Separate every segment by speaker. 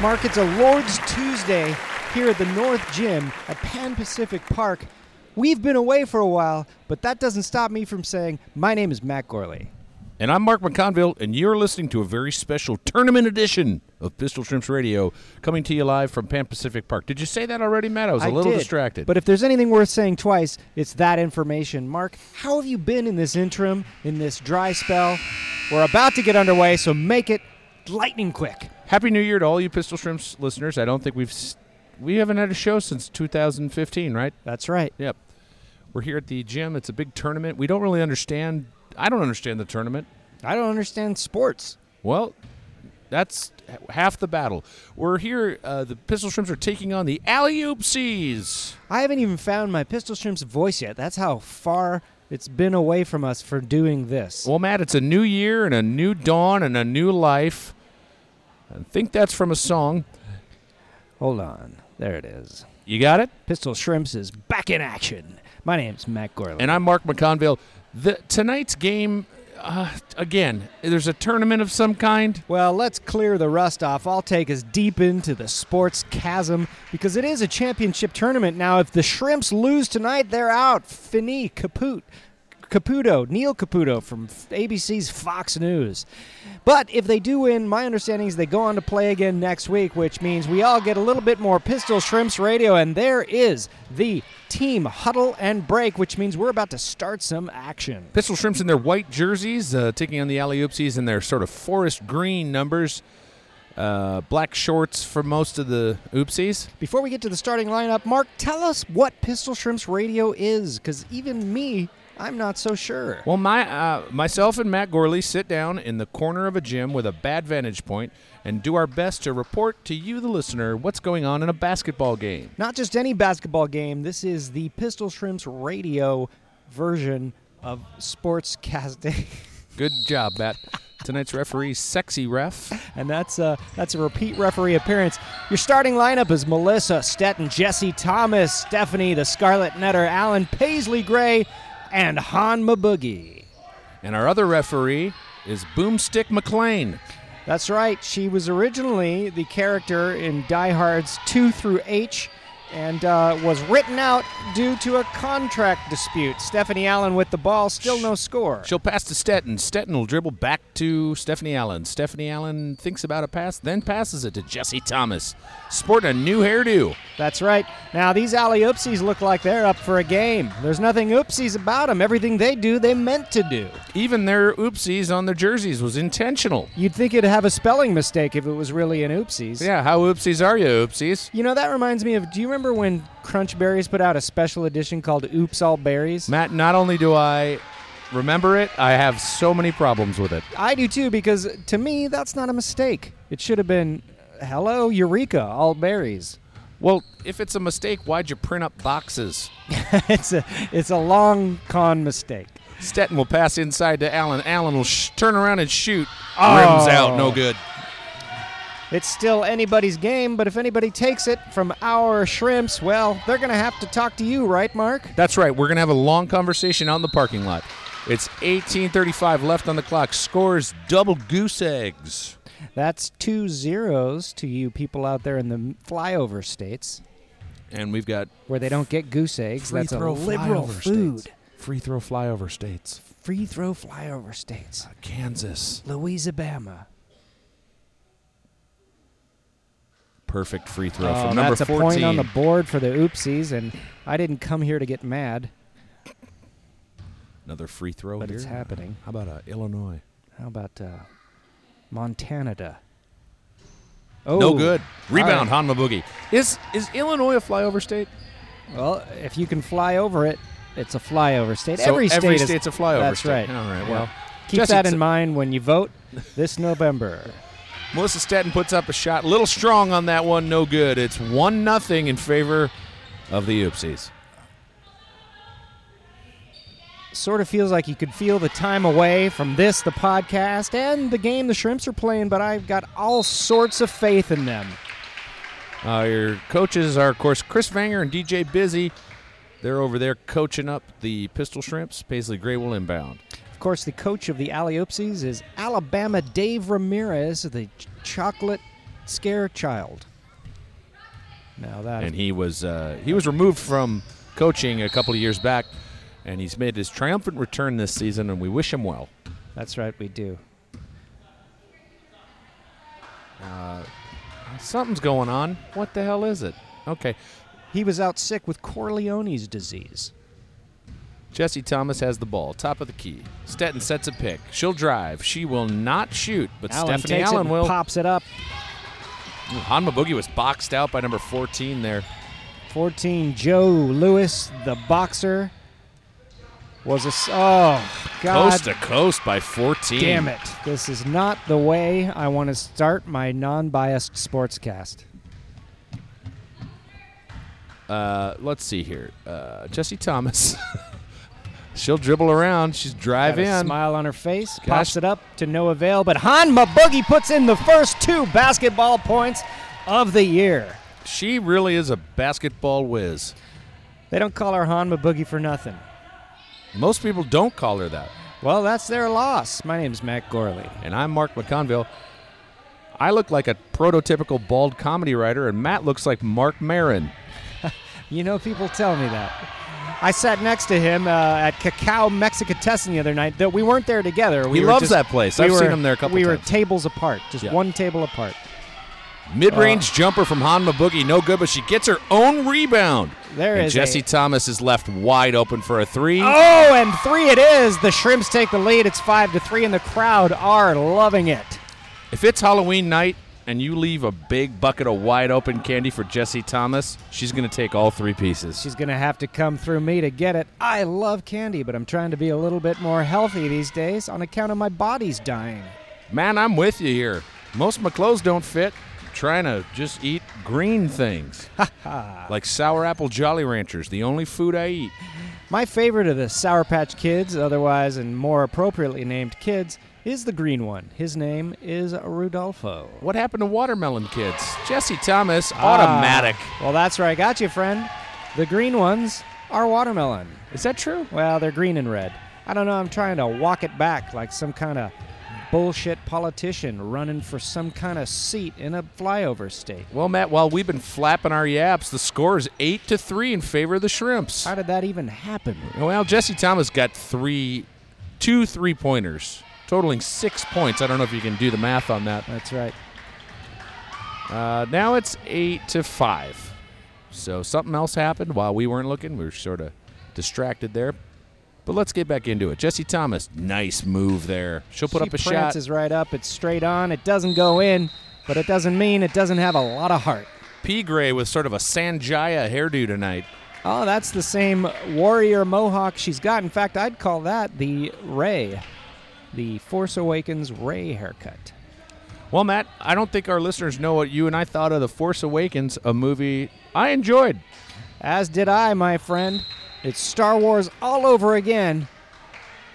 Speaker 1: Mark, it's a Lord's Tuesday here at the North Gym at Pan Pacific Park. We've been away for a while, but that doesn't stop me from saying my name is Matt Gorley.
Speaker 2: And I'm Mark McConville, and you're listening to a very special tournament edition of Pistol Shrimps Radio, coming to you live from Pan Pacific Park. Did you say that already, Matt? I was a
Speaker 1: I
Speaker 2: little
Speaker 1: did,
Speaker 2: distracted.
Speaker 1: But if there's anything worth saying twice, it's that information. Mark, how have you been in this interim, in this dry spell? We're about to get underway, so make it lightning quick.
Speaker 2: Happy New Year to all you Pistol Shrimps listeners. I don't think we've s- we haven't had a show since 2015, right?
Speaker 1: That's right.
Speaker 2: Yep. We're here at the gym. It's a big tournament. We don't really understand. I don't understand the tournament.
Speaker 1: I don't understand sports.
Speaker 2: Well, that's h- half the battle. We're here. Uh, the Pistol Shrimps are taking on the Alley Oopsies.
Speaker 1: I haven't even found my Pistol Shrimp's voice yet. That's how far it's been away from us for doing this.
Speaker 2: Well, Matt, it's a new year and a new dawn and a new life. I think that's from a song.
Speaker 1: Hold on. There it is.
Speaker 2: You got it?
Speaker 1: Pistol Shrimps is back in action. My name's Matt Gorley.
Speaker 2: And I'm Mark McConville. The, tonight's game, uh, again, there's a tournament of some kind.
Speaker 1: well, let's clear the rust off. I'll take us deep into the sports chasm because it is a championship tournament. Now, if the Shrimps lose tonight, they're out. Fini, Caput, Caputo, Neil Caputo from ABC's Fox News. But if they do win, my understanding is they go on to play again next week, which means we all get a little bit more Pistol Shrimps radio. And there is the team huddle and break, which means we're about to start some action.
Speaker 2: Pistol Shrimps in their white jerseys, uh, taking on the Alley Oopsies in their sort of forest green numbers. Uh, black shorts for most of the Oopsies.
Speaker 1: Before we get to the starting lineup, Mark, tell us what Pistol Shrimps Radio is, because even me, I'm not so sure.
Speaker 2: Well, my uh, myself and Matt Gorley sit down in the corner of a gym with a bad vantage point and do our best to report to you, the listener, what's going on in a basketball game.
Speaker 1: Not just any basketball game, this is the Pistol Shrimps Radio version of sportscasting.
Speaker 2: Good job, Matt. Tonight's referee, sexy ref.
Speaker 1: and that's a, that's a repeat referee appearance. Your starting lineup is Melissa Stetton, Jesse Thomas, Stephanie the Scarlet Netter, Alan Paisley Gray, and Han Maboogie.
Speaker 2: And our other referee is Boomstick McLean.
Speaker 1: That's right. She was originally the character in Die Hard's 2 through H and uh, was written out due to a contract dispute. Stephanie Allen with the ball, still no score.
Speaker 2: She'll pass to Stetton. Stetton will dribble back to Stephanie Allen. Stephanie Allen thinks about a pass, then passes it to Jesse Thomas, sporting a new hairdo.
Speaker 1: That's right. Now, these alley oopsies look like they're up for a game. There's nothing oopsies about them. Everything they do, they meant to do.
Speaker 2: Even their oopsies on their jerseys was intentional.
Speaker 1: You'd think it'd have a spelling mistake if it was really an oopsies.
Speaker 2: Yeah, how oopsies are you, oopsies?
Speaker 1: You know, that reminds me of do you remember when Crunch Berries put out a special edition called Oops All Berries?
Speaker 2: Matt, not only do I remember it, I have so many problems with it.
Speaker 1: I do too because to me that's not a mistake. It should have been hello eureka all berries.
Speaker 2: Well, if it's a mistake, why'd you print up boxes?
Speaker 1: it's a it's a long con mistake.
Speaker 2: Stetton will pass inside to Allen. Allen will sh- turn around and shoot.
Speaker 1: Oh.
Speaker 2: Rims out, no good.
Speaker 1: It's still anybody's game, but if anybody takes it from our shrimps, well, they're going to have to talk to you, right, Mark?
Speaker 2: That's right. We're gonna have a long conversation on the parking lot. It's 18:35 left on the clock. Scores double goose eggs.
Speaker 1: That's two zeros to you people out there in the flyover states
Speaker 2: And we've got
Speaker 1: where they don't get goose eggs. That's a liberal food.
Speaker 2: Free throw flyover states.
Speaker 1: Free throw flyover states.
Speaker 2: Kansas.
Speaker 1: Louisiana.
Speaker 2: Perfect free throw
Speaker 1: Oh,
Speaker 2: from number
Speaker 1: that's
Speaker 2: 14.
Speaker 1: a point on the board for the oopsies, and I didn't come here to get mad.
Speaker 2: Another free throw
Speaker 1: But
Speaker 2: here.
Speaker 1: it's happening.
Speaker 2: How about uh, Illinois?
Speaker 1: How about uh, Montana? Oh.
Speaker 2: No good. Rebound,
Speaker 1: All
Speaker 2: Hanma Boogie. Is is Illinois a flyover state?
Speaker 1: right. Well, if you can fly over it, it's a flyover state.
Speaker 2: So
Speaker 1: every state
Speaker 2: every
Speaker 1: is,
Speaker 2: state's a flyover
Speaker 1: That's
Speaker 2: state.
Speaker 1: right.
Speaker 2: All right,
Speaker 1: Yeah.
Speaker 2: well,
Speaker 1: keep
Speaker 2: Jesse,
Speaker 1: that in
Speaker 2: so-
Speaker 1: mind when you vote this November.
Speaker 2: Melissa Stetton puts up a shot, a little strong on that one, no good. It's one nothing in favor of the Oopsies.
Speaker 1: Sort of feels like you could feel the time away from this, the podcast, and the game the Shrimps are playing, but I've got all sorts of faith in them.
Speaker 2: Uh, your coaches are, of course, Chris Vanger and DJ Busy. They're over there coaching up the Pistol Shrimps. Paisley Gray will inbound.
Speaker 1: Of course, the coach of the Alleyopsies is Alabama Dave Ramirez, the ch- chocolate scare child. Now that
Speaker 2: and he was uh, he was removed from coaching a couple of years back, and he's made his triumphant return this season, and we wish him well.
Speaker 1: that's right, we do.
Speaker 2: Something's going on. What the hell is it? Okay,
Speaker 1: He was out sick with Corleone's disease.
Speaker 2: Jesse Thomas has the ball, top of the key. Stetton sets a pick. She'll drive. She will not shoot, but
Speaker 1: Allen
Speaker 2: Stephanie
Speaker 1: takes it
Speaker 2: Allen
Speaker 1: and
Speaker 2: will.
Speaker 1: pops it up.
Speaker 2: Hanma Boogie was boxed out by number 14 there.
Speaker 1: 14 Joe Lewis, the boxer, was a s- oh god
Speaker 2: Coast to coast by 14.
Speaker 1: damn it! This is not the way I want to start my non-biased sportscast.
Speaker 2: Uh, let's see here. Uh, Jesse Thomas. She'll dribble around. She's drive
Speaker 1: Got a
Speaker 2: in.
Speaker 1: smile on her face,
Speaker 2: Gosh.
Speaker 1: pops it up to no avail. But Hanma Boogie puts in the first two basketball points of the year.
Speaker 2: She really is a basketball whiz.
Speaker 1: They don't call her Hanma Boogie for nothing.
Speaker 2: Most people don't call her that.
Speaker 1: Well, that's their loss. My name's Matt Gorley.
Speaker 2: And I'm Mark McConville. I look like a prototypical bald comedy writer, and Matt looks like Mark Marin.
Speaker 1: You know, people tell me that. I sat next to him uh, at Cacao Mexicatessen the other night. That we weren't there together. We
Speaker 2: He
Speaker 1: were
Speaker 2: loves
Speaker 1: just-
Speaker 2: that place.
Speaker 1: we
Speaker 2: I've
Speaker 1: were-
Speaker 2: seen him there a couple
Speaker 1: We were
Speaker 2: times.
Speaker 1: tables apart, just
Speaker 2: Yeah.
Speaker 1: one table apart. Oh.
Speaker 2: Mid-range jumper from Hanma Boogie, no good, but she gets her own rebound.
Speaker 1: There
Speaker 2: and
Speaker 1: is
Speaker 2: Jesse
Speaker 1: a-
Speaker 2: Thomas is left wide open for a three.
Speaker 1: Oh, and three it is. The Shrimps take the lead. It's five to three, and the crowd are loving it.
Speaker 2: If it's Halloween night and you leave a big bucket of wide open candy for Jesse Thomas, she's going to take all three pieces.
Speaker 1: She's going to have to come through me to get it. I love candy, but I'm trying to be a little bit more healthy these days on account of my body's dying.
Speaker 2: Man, I'm with you here. Most of my clothes don't fit. I'm trying to just eat green things. like sour apple Jolly Ranchers, the only food I eat.
Speaker 1: My favorite of the Sour Patch Kids, otherwise and more appropriately named kids, is the green one. His name is Rudolfo.
Speaker 2: What happened to watermelon kids? Jesse Thomas, automatic.
Speaker 1: Ah, well, that's where I got you, friend. The green ones are watermelon.
Speaker 2: Is that true?
Speaker 1: Well, they're green and red. I don't know, I'm trying to walk it back like some kind of bullshit politician running for some kind of seat in a flyover state.
Speaker 2: Well, Matt, while we've been flapping our yaps, the score is 8 to 3 in favor of the Shrimps.
Speaker 1: How did that even happen?
Speaker 2: Well, Jesse Thomas got three, two three pointers, totaling six points. I don't know if you can do the math on that.
Speaker 1: That's right.
Speaker 2: Uh, now it's eight to five. So something else happened while we weren't looking. We were sort of distracted there. But let's get back into it. Jesse Thomas, nice move there. She'll put
Speaker 1: she
Speaker 2: up a shot.
Speaker 1: prances right up. It's straight on. It doesn't go in, but it doesn't mean it doesn't have a lot of heart.
Speaker 2: P. Gray with sort of a Sanjaya hairdo tonight.
Speaker 1: Oh, that's the same warrior mohawk she's got. In fact, I'd call that the Ray, the Force Awakens Ray haircut.
Speaker 2: Well, Matt, I don't think our listeners know what you and I thought of The Force Awakens, a movie I enjoyed.
Speaker 1: As did I, my friend. It's Star Wars all over again.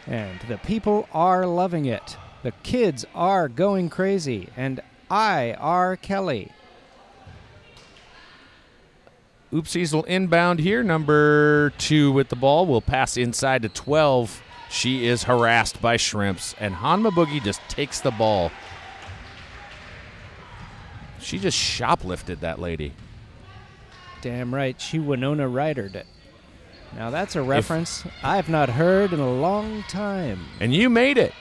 Speaker 1: And the people are loving it. The kids are going crazy. And I, R. Kelly.
Speaker 2: Oopsies will inbound here. Number two with the ball will pass inside to 12. She is harassed by shrimps, and Hanma Boogie just takes the ball. She just shoplifted that lady.
Speaker 1: Damn right, she Winona Rydered it. Now that's a reference I've not heard in a long time.
Speaker 2: And you made it.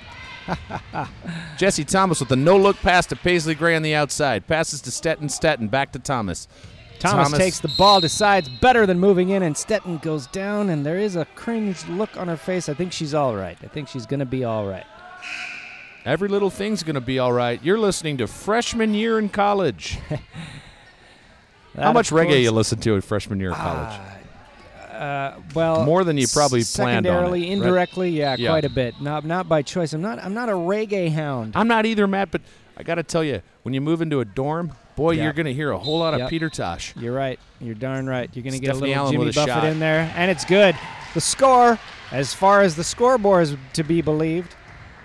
Speaker 2: Jesse Thomas with a no look pass to Paisley Gray on the outside. Passes to Stetton Stetton. Back to Thomas.
Speaker 1: Thomas, takes the ball, decides better than moving in, and Stetton goes down, and there is a cringe look on her face. I think she's all right. I think she's going to be all right.
Speaker 2: Every little thing's going to be all right. You're listening to freshman year in college. How much reggae you listen to in freshman year in
Speaker 1: Ah.
Speaker 2: college?
Speaker 1: Well,
Speaker 2: More than you probably planned on it,
Speaker 1: Secondarily,
Speaker 2: right?
Speaker 1: indirectly, yeah,
Speaker 2: Yeah.
Speaker 1: quite a bit. Not not by choice. I'm not I'm not a reggae hound.
Speaker 2: I'm not either, Matt, but I got to tell you, when you move into a dorm, boy,
Speaker 1: Yeah.
Speaker 2: you're going to hear a whole lot of
Speaker 1: Yep.
Speaker 2: Peter Tosh.
Speaker 1: You're right. You're darn right. You're going to get a
Speaker 2: Stephanie
Speaker 1: little
Speaker 2: Allen
Speaker 1: Jimmy
Speaker 2: with a
Speaker 1: Buffett
Speaker 2: shot.
Speaker 1: in there, and it's good. The score, as far as the scoreboard is to be believed,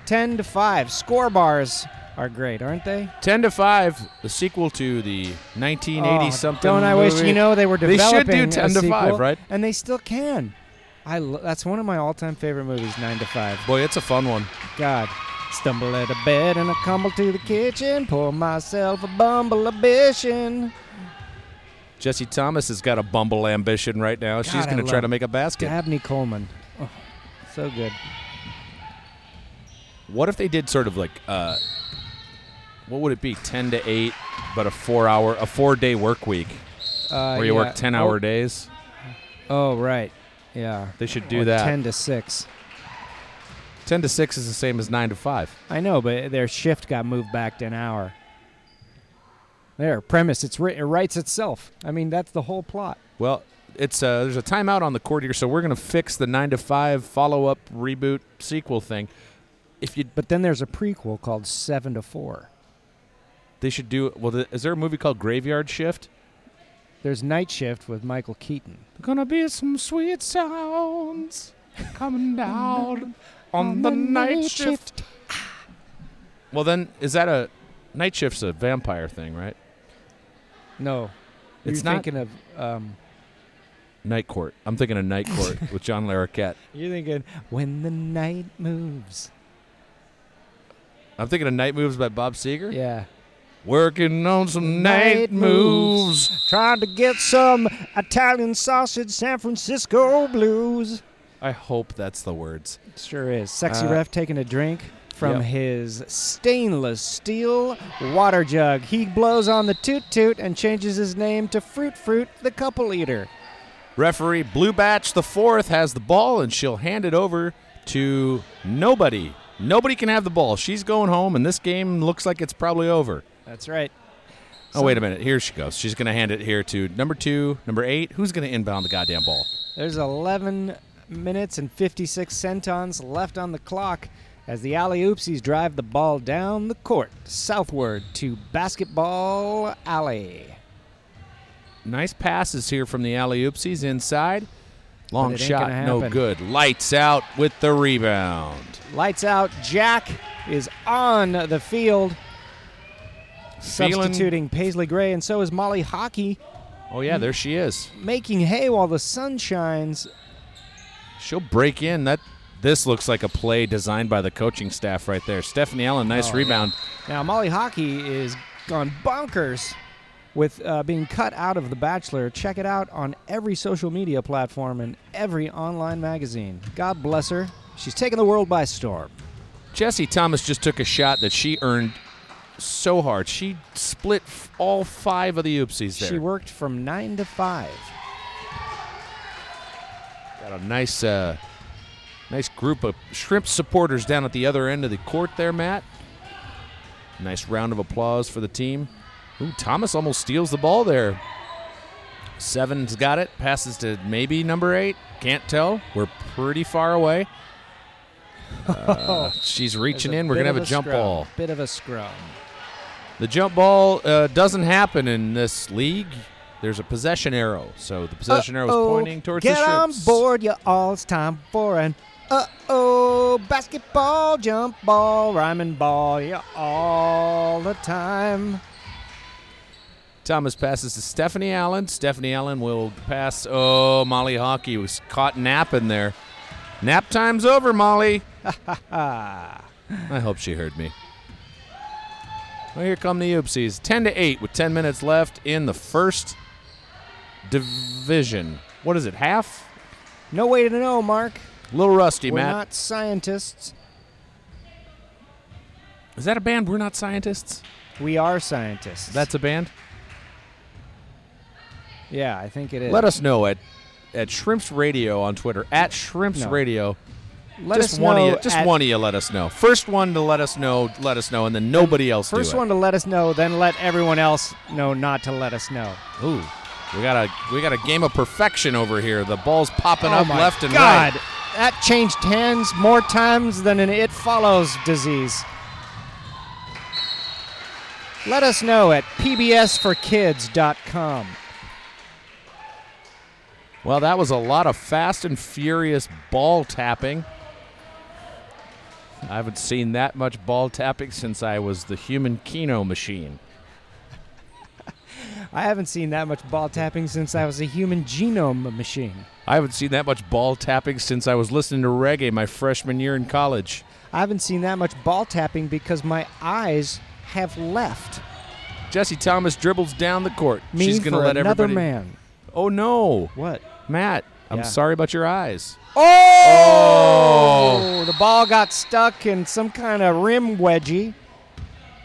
Speaker 1: ten to five. Score bars are great, aren't they?
Speaker 2: 10 to 5, the sequel to the 1980
Speaker 1: Oh,
Speaker 2: something.
Speaker 1: Don't I wish you know they were
Speaker 2: They
Speaker 1: developing
Speaker 2: should do 10
Speaker 1: a
Speaker 2: to 5,
Speaker 1: sequel,
Speaker 2: right?
Speaker 1: And they still can. I lo- that's one of my all-time favorite movies, Nine to Five.
Speaker 2: Boy, it's a fun one.
Speaker 1: God. Stumble at a bed and I tumble to the kitchen. Pour myself a bumble ambition.
Speaker 2: Jesse Thomas has got a bumble ambition right now. She's
Speaker 1: God, I
Speaker 2: going to try
Speaker 1: love
Speaker 2: to make a basket.
Speaker 1: Dabney Coleman. Oh, so good.
Speaker 2: What if they did sort of like uh what would it be? 10 to 8 but a 4 hour a 4 day work week
Speaker 1: Uh,
Speaker 2: where you
Speaker 1: yeah.
Speaker 2: work 10 hour
Speaker 1: oh,
Speaker 2: days?
Speaker 1: Oh, right. Yeah.
Speaker 2: They should do
Speaker 1: Or
Speaker 2: that. 10.
Speaker 1: 10 to 6.
Speaker 2: to 6 is the same as 9 to 5.
Speaker 1: I know, but their shift got moved back to an hour. There, premise. It's writ- it writes itself. I mean, that's the whole plot.
Speaker 2: Well, it's uh there's a timeout on the court here so we're going to fix the 9 to 5 follow-up reboot sequel thing. If you
Speaker 1: But then there's a prequel called 7 to 4.
Speaker 2: they should do well th- is there a movie called Graveyard Shift?
Speaker 1: There's Night Shift with Michael Keaton.
Speaker 2: Gonna be some sweet sounds coming down on the night shift. Well, then, is that a night shift's a vampire thing, right?
Speaker 1: No.
Speaker 2: It's
Speaker 1: You're
Speaker 2: not-
Speaker 1: thinking of. Um,
Speaker 2: Night Court. I'm thinking of Night Court with John Larroquette.
Speaker 1: You're thinking when the night moves.
Speaker 2: I'm thinking of Night Moves by Bob Seger.
Speaker 1: Yeah.
Speaker 2: Working on some night, moves.
Speaker 1: Trying to get some Italian sausage San Francisco blues.
Speaker 2: I hope that's the words.
Speaker 1: Sure is. Sexy
Speaker 2: Uh,
Speaker 1: ref taking a drink from
Speaker 2: yep.
Speaker 1: his stainless steel water jug. He blows on the toot toot and changes his name to Fruit Fruit the couple eater.
Speaker 2: Referee Blue Batch the fourth has the ball, and she'll hand it over to nobody. Nobody can have the ball. She's going home, and this game looks like it's probably over.
Speaker 1: That's right.
Speaker 2: Oh, wait a minute. Here she goes. She's going to hand it here to number two, number eight. Who's going to inbound the goddamn ball?
Speaker 1: There's 11 minutes and 56 centons left on the clock as the Alley Oopsies drive the ball down the court southward to Basketball Alley.
Speaker 2: Nice passes here from the alley oopsies inside. Long
Speaker 1: But it ain't
Speaker 2: shot,
Speaker 1: gonna
Speaker 2: no
Speaker 1: happen.
Speaker 2: good. Lights out with the rebound.
Speaker 1: Lights out. Jack is on the field,
Speaker 2: Phelan-
Speaker 1: substituting Paisley Gray, and so is Molly Hockey,
Speaker 2: Oh, yeah, there she is.
Speaker 1: making hay while the sun shines.
Speaker 2: She'll break in. That This looks like a play designed by the coaching staff right there. Stephanie Allen,
Speaker 1: Oh,
Speaker 2: nice rebound.
Speaker 1: Now, Molly Hockey is gone bonkers with uh, being cut out of The Bachelor. Check it out on every social media platform and every online magazine. God bless her. She's taken the world by storm.
Speaker 2: Jesse Thomas just took a shot that she earned so hard. She split f- all five of the oopsies there.
Speaker 1: She worked from 9 to 5.
Speaker 2: Got a nice, uh, nice group of shrimp supporters down at the other end of the court there, Matt. Nice round of applause for the team. Ooh, Thomas almost steals the ball there. Seven's got it. Passes to maybe number eight. Can't tell. We're pretty far away. Uh, she's reaching
Speaker 1: There's
Speaker 2: in. We're
Speaker 1: bit
Speaker 2: gonna have
Speaker 1: of
Speaker 2: a jump
Speaker 1: scrum.
Speaker 2: ball.
Speaker 1: Bit of a scrum.
Speaker 2: The jump ball uh, doesn't happen in this league. There's a possession arrow, so the possession arrow
Speaker 1: Uh-oh,
Speaker 2: is pointing towards
Speaker 1: Get
Speaker 2: the
Speaker 1: on
Speaker 2: shrimps.
Speaker 1: board, you all. It's time for an uh oh basketball, jump ball, rhyming ball, you all the time.
Speaker 2: Thomas passes to Stephanie Allen. Stephanie Allen will pass. Oh, Molly Hockey was caught napping there. Nap time's over, Molly. I hope she heard me. Well, here come the oopsies. 10 to 8 with 10 minutes left in the first division. What is it, half?
Speaker 1: No way to know, Mark.
Speaker 2: A little rusty,
Speaker 1: We're
Speaker 2: Matt.
Speaker 1: not scientists.
Speaker 2: is that a band? We're not scientists.
Speaker 1: We are scientists.
Speaker 2: That's a band?
Speaker 1: yeah, I think it is.
Speaker 2: Let us know at, at Shrimps Radio on Twitter, at Shrimps
Speaker 1: No.
Speaker 2: Radio.
Speaker 1: Let
Speaker 2: just
Speaker 1: us
Speaker 2: one
Speaker 1: know
Speaker 2: of you, just
Speaker 1: at-
Speaker 2: one of you, let us know. First one to let us know, let us know, and then nobody else. do
Speaker 1: First
Speaker 2: it.
Speaker 1: one to let us know, then let everyone else know not to let us know.
Speaker 2: Ooh, we got a we got a game of perfection over here. The ball's popping
Speaker 1: oh
Speaker 2: up
Speaker 1: my
Speaker 2: left and
Speaker 1: God,
Speaker 2: right.
Speaker 1: that changed hands more times than an It Follows disease. Let us know at pbsforkids.com.
Speaker 2: Well, that was a lot of fast and furious ball tapping. I haven't seen that much ball tapping since I was the human Kino machine.
Speaker 1: I haven't seen that much ball tapping since I was a human genome machine.
Speaker 2: I haven't seen that much ball tapping since I was listening to reggae my freshman year in college.
Speaker 1: I haven't seen that much ball tapping because my eyes have left
Speaker 2: Jesse Thomas dribbles down the court.
Speaker 1: me
Speaker 2: She's
Speaker 1: for
Speaker 2: going to let
Speaker 1: another
Speaker 2: everybody.
Speaker 1: man.
Speaker 2: Oh no,
Speaker 1: What?
Speaker 2: Matt! I'm
Speaker 1: Yeah.
Speaker 2: sorry about your eyes.
Speaker 1: Oh! The ball got stuck in some kind of rim wedgie.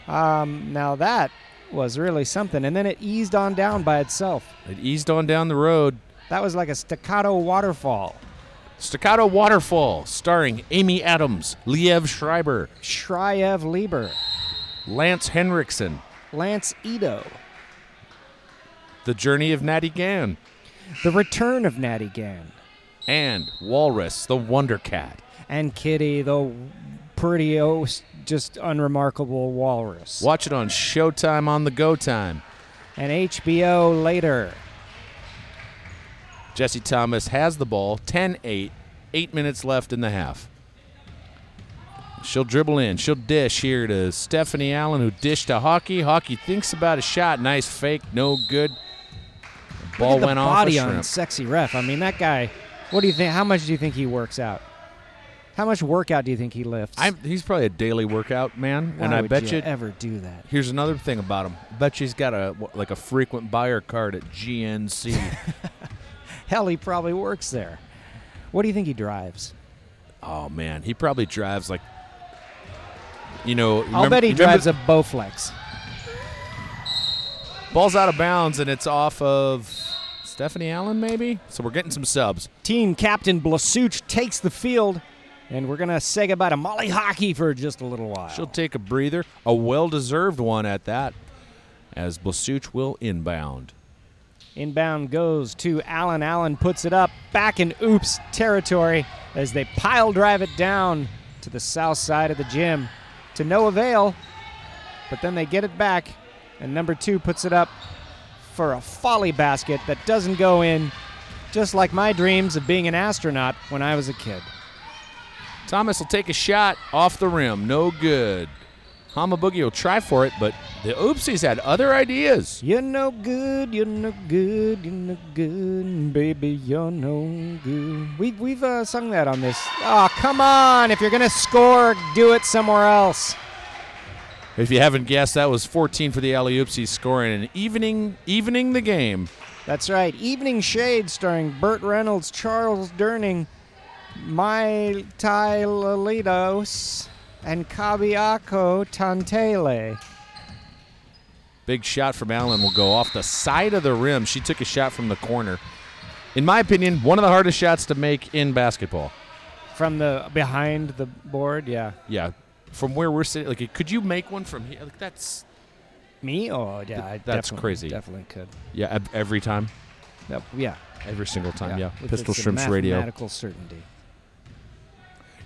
Speaker 1: Um, now that was really something. And then it eased on down by itself.
Speaker 2: It eased on down the road.
Speaker 1: That was like a staccato waterfall.
Speaker 2: Staccato Waterfall, starring Amy Adams, Liev Schreiber,
Speaker 1: Shriev Lieber,
Speaker 2: Lance Henriksen,
Speaker 1: Lance Ito,
Speaker 2: The Journey of Natty Gann,
Speaker 1: The Return of Natty Gann,
Speaker 2: and Walrus, the Wonder Cat.
Speaker 1: and Kitty, the pretty, oh, s- just unremarkable walrus.
Speaker 2: Watch it on Showtime on the Go Time.
Speaker 1: And HBO later.
Speaker 2: Jesse Thomas has the ball, 10 8, 8 minutes left in the half. She'll dribble in. She'll dish here to Stephanie Allen, who dished to Hockey. Hockey thinks about a shot. Nice fake. No good. Ball
Speaker 1: Look at the
Speaker 2: went off a
Speaker 1: body on
Speaker 2: shrimp.
Speaker 1: sexy ref. I mean, that guy. What do you think? How much do you think he works out? How much workout do you think he lifts?
Speaker 2: I'm, he's probably a daily workout man,
Speaker 1: Why
Speaker 2: and I
Speaker 1: would
Speaker 2: bet
Speaker 1: you
Speaker 2: you.
Speaker 1: ever do that.
Speaker 2: Here's another thing about him. Bet you he's got a wh- like a frequent buyer card at GNC.
Speaker 1: Hell, he probably works there. What do you think he drives?
Speaker 2: oh man, he probably drives like. You know,
Speaker 1: I'll
Speaker 2: remember-
Speaker 1: bet he
Speaker 2: remember-
Speaker 1: drives a Bowflex.
Speaker 2: Ball's out of bounds and it's off of Stephanie Allen, maybe. So we're getting some subs.
Speaker 1: Team captain Blasuch takes the field, and we're gonna say goodbye to Molly Hockey for just a little while.
Speaker 2: She'll take a breather, a well-deserved one at that, as Blasuch will inbound.
Speaker 1: Inbound goes to Allen. Allen puts it up back in oops territory as they pile drive it down to the south side of the gym to no avail. But then they get it back, and number two puts it up for a folly basket that doesn't go in, just like my dreams of being an astronaut when I was a kid.
Speaker 2: Thomas will take a shot off the rim, no good. Hamabugi will try for it, but the Oopsies had other ideas.
Speaker 1: You're no good, you're no good, you're no good, baby, you're no good. We, we've uh, sung that on this. Oh, come on. If you're going to score, do it somewhere else.
Speaker 2: If you haven't guessed, that was 14 for the Alley Oopsies scoring and evening evening the game.
Speaker 1: That's right. Evening Shade starring Burt Reynolds, Charles Durning, Mai Tai Lalitos, and Kabiako Tantele.
Speaker 2: Big shot from Allen will go off the side of the rim. She took a shot from the corner. In my opinion, one of the hardest shots to make in basketball.
Speaker 1: From the behind the board, yeah.
Speaker 2: Yeah, from where we're sitting, like could you make one from here? Like that's
Speaker 1: Me? Oh, yeah. I
Speaker 2: That's
Speaker 1: definitely-
Speaker 2: crazy.
Speaker 1: Definitely could.
Speaker 2: yeah ev- every time,
Speaker 1: Yep, yeah.
Speaker 2: every single time. Yeah,
Speaker 1: With-
Speaker 2: Pistol
Speaker 1: it's a
Speaker 2: Shrimps Radio.
Speaker 1: Mathematical certainty.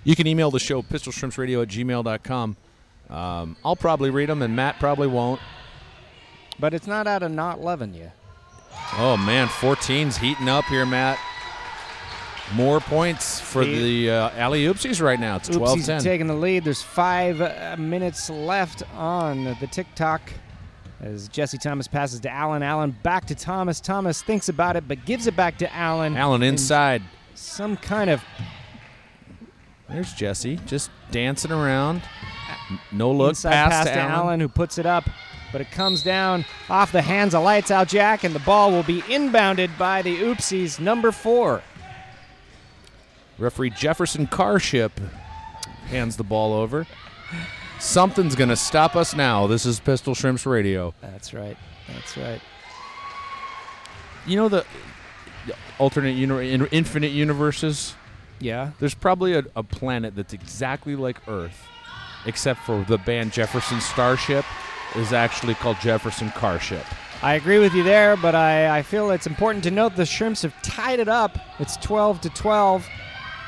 Speaker 2: You can email the show pistolshrimpsradio at gmail.com. Um, I'll probably read them, and Matt probably won't.
Speaker 1: But it's not out of not loving you.
Speaker 2: Oh man, 14's heating up here, Matt. More points for the uh, alley oopsies right now. It's
Speaker 1: Oopsies
Speaker 2: 12-10.
Speaker 1: taking the lead. There's five uh, minutes left on the tick tock. As Jesse Thomas passes to Allen, Allen back to Thomas. Thomas thinks about it, but gives it back to Allen.
Speaker 2: Allen inside.
Speaker 1: Some kind of
Speaker 2: There's Jesse just dancing around. No look
Speaker 1: inside
Speaker 2: pass,
Speaker 1: pass to Allen. who puts it up, but it comes down off the hands of Lights Out Jack, and the ball will be inbounded by the Oopsies, number four.
Speaker 2: Referee Jefferson Carship hands the ball over. Something's going to stop us now. This is Pistol Shrimps Radio.
Speaker 1: That's right. That's right.
Speaker 2: You know the the alternate uni- in- infinite universes?
Speaker 1: Yeah.
Speaker 2: There's probably a, a planet that's exactly like Earth, except for the band Jefferson Starship is actually called Jefferson Carship.
Speaker 1: I agree with you there, but I, I feel it's important to note the shrimps have tied it up. It's 12 to 12,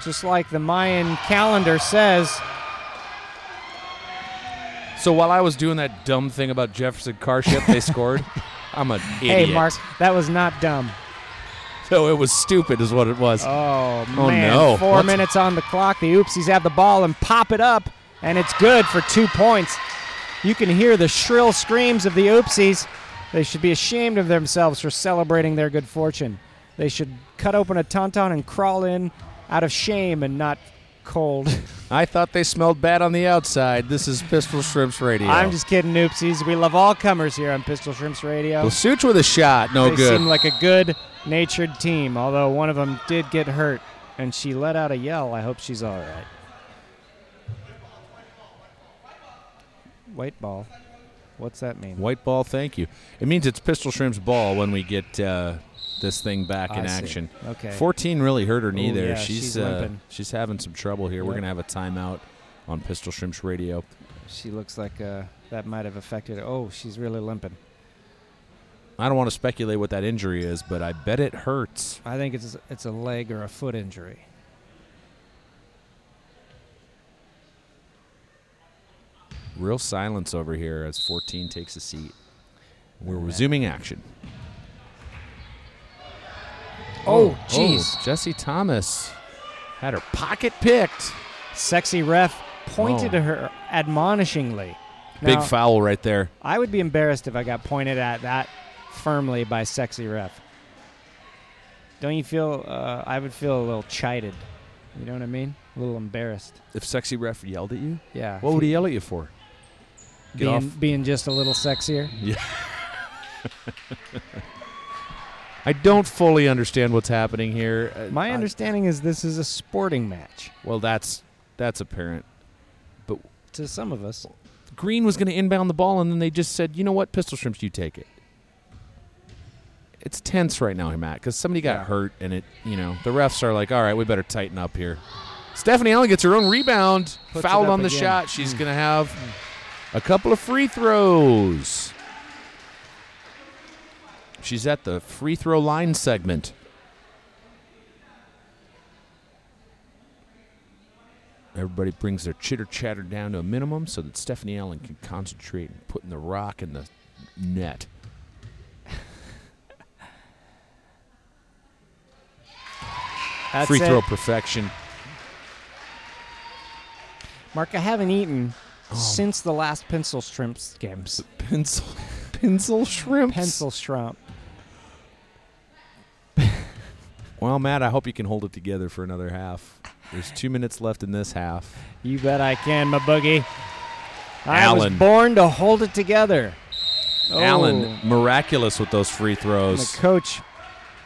Speaker 1: just like the Mayan calendar says.
Speaker 2: So while I was doing that dumb thing about Jefferson Carship, they scored. I'm an idiot.
Speaker 1: Hey, Mark, that was not dumb.
Speaker 2: So it was stupid, is what it was.
Speaker 1: Oh,
Speaker 2: Oh,
Speaker 1: man.
Speaker 2: no.
Speaker 1: Four
Speaker 2: What's-
Speaker 1: minutes on the clock. The Oopsies have the ball and pop it up, and it's good for two points. You can hear the shrill screams of the Oopsies. They should be ashamed of themselves for celebrating their good fortune. They should cut open a tauntaun and crawl in out of shame and not cold.
Speaker 2: I thought they smelled bad on the outside. This is Pistol Shrimps Radio.
Speaker 1: I'm just kidding, Oopsies. We love all comers here on Pistol Shrimps Radio.
Speaker 2: Well, Such with a shot. No
Speaker 1: they
Speaker 2: good.
Speaker 1: seem like a good natured team, although one of them did get hurt, and she let out a yell. I hope she's all right. White ball. What's that mean?
Speaker 2: White ball, thank you. It means it's Pistol Shrimp's ball when we get uh, this thing back in
Speaker 1: I see.
Speaker 2: action.
Speaker 1: Okay.
Speaker 2: 14 really hurt her knee
Speaker 1: Ooh,
Speaker 2: there.
Speaker 1: yeah,
Speaker 2: she's
Speaker 1: she's
Speaker 2: uh,
Speaker 1: limping.
Speaker 2: she's having some trouble here. We're
Speaker 1: Yep.
Speaker 2: going to have a timeout on Pistol Shrimp's radio.
Speaker 1: She looks like uh, that might have affected her. Oh, she's really limping.
Speaker 2: I don't want to speculate what that injury is, but I bet it hurts.
Speaker 1: I think it's it's a leg or a foot injury.
Speaker 2: Real silence over here as 14 takes a seat. We're resuming action.
Speaker 1: Oh, jeez.
Speaker 2: Jesse Thomas had her pocket picked.
Speaker 1: Sexy ref pointed
Speaker 2: Oh.
Speaker 1: to her admonishingly.
Speaker 2: Big
Speaker 1: Now,
Speaker 2: foul right there.
Speaker 1: I would be embarrassed if I got pointed at that firmly by sexy ref. Don't you feel? Uh, I would feel a little chided. You know what I mean? A little embarrassed.
Speaker 2: If sexy ref yelled at you,
Speaker 1: Yeah.
Speaker 2: what would he yell at you for? Get
Speaker 1: being,
Speaker 2: off.
Speaker 1: being just a little sexier.
Speaker 2: I don't fully understand what's happening here. Uh,
Speaker 1: My
Speaker 2: I-
Speaker 1: understanding is this is a sporting match
Speaker 2: well, that's that's apparent.
Speaker 1: to some of us.
Speaker 2: Green was going to inbound the ball, and then they just said, "You know what, Pistol Shrimps, you take it." It's tense right now, Matt, because somebody got
Speaker 1: Yeah.
Speaker 2: hurt, and it, you know, the refs are like, "All right, we better tighten up here." Stephanie Allen gets her own rebound,
Speaker 1: Puts it
Speaker 2: fouled
Speaker 1: up
Speaker 2: on the
Speaker 1: again. Mm.
Speaker 2: shot. She's going to have a couple of free throws. She's at the free throw line segment. Everybody brings their chitter chatter down to a minimum so that Stephanie Allen can concentrate and putting the rock in the net.
Speaker 1: That's
Speaker 2: Free
Speaker 1: it.
Speaker 2: throw perfection.
Speaker 1: Mark, I haven't eaten since the last pencil shrimp skims.
Speaker 2: Oh. Pencil, pencil shrimp.
Speaker 1: Pencil shrimp.
Speaker 2: Well, Matt, I hope you can hold it together for another half. There's two minutes left in this half.
Speaker 1: You bet I can, my boogie. I
Speaker 2: Allen.
Speaker 1: was born to hold it together.
Speaker 2: Allen,
Speaker 1: Oh.
Speaker 2: miraculous with those free
Speaker 1: And the
Speaker 2: throws.
Speaker 1: coach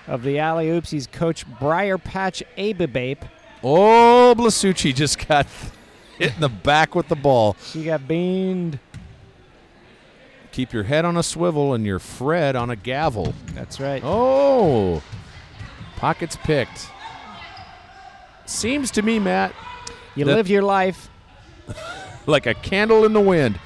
Speaker 1: of the Alley Oopsies, Coach Briar Patch Abibape.
Speaker 2: Oh, Blasucci just got hit in the back with the ball.
Speaker 1: She got beaned.
Speaker 2: Keep your head on a swivel and your Fred on a gavel.
Speaker 1: That's right.
Speaker 2: Oh, pockets picked. Seems to me, Matt,
Speaker 1: you
Speaker 2: that-
Speaker 1: live your life
Speaker 2: like a candle in the wind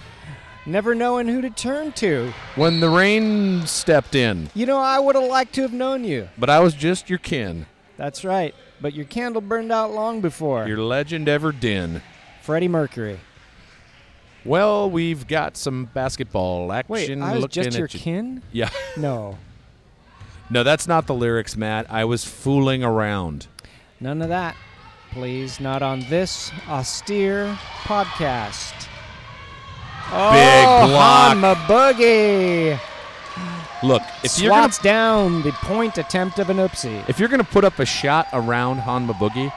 Speaker 1: never knowing who to turn to.
Speaker 2: when the rain stepped in.
Speaker 1: You know, I would have liked to have known you.
Speaker 2: But I was just your kin,
Speaker 1: That's right. But your candle burned out long before.
Speaker 2: your legend ever din.
Speaker 1: Freddie Mercury.
Speaker 2: Well, we've got some basketball action.
Speaker 1: Wait, I was
Speaker 2: looking
Speaker 1: just your
Speaker 2: at you.
Speaker 1: kin?
Speaker 2: Yeah.
Speaker 1: No.
Speaker 2: No, that's not the lyrics, Matt. I was fooling around.
Speaker 1: None of that. Please, not on this austere podcast. Oh,
Speaker 2: block.
Speaker 1: Hanma Boogie.
Speaker 2: Look, if you're gonna,
Speaker 1: swats down the point attempt of an oopsie.
Speaker 2: if you're gonna put up a shot around Hanma Boogie,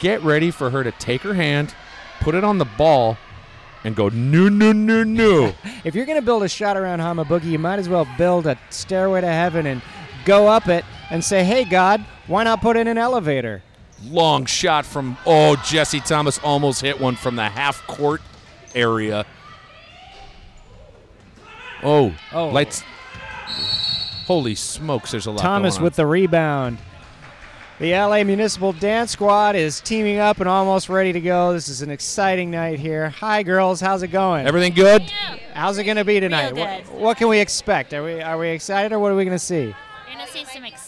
Speaker 2: get ready for her to take her hand, put it on the ball, and go no no no no.
Speaker 1: If you're going to build a shot around Hama Boogie, you might as well build a stairway to heaven and go up it and say, hey, God, why not put in an elevator?
Speaker 2: Long shot from oh Jesse Thomas almost hit one from the half court area. Oh,
Speaker 1: Oh.
Speaker 2: lights! Holy smokes! There's a lot.
Speaker 1: Thomas
Speaker 2: going on.
Speaker 1: with the rebound. The LA Municipal Dance Squad is teaming up and almost ready to go. This is an exciting night here. Hi, girls. How's it going?
Speaker 2: Everything good?
Speaker 1: How's it going to be tonight?
Speaker 3: Real
Speaker 1: What,
Speaker 3: good.
Speaker 1: what can we expect? Are we are we excited or what are we going to see?
Speaker 3: You're gonna see some ex-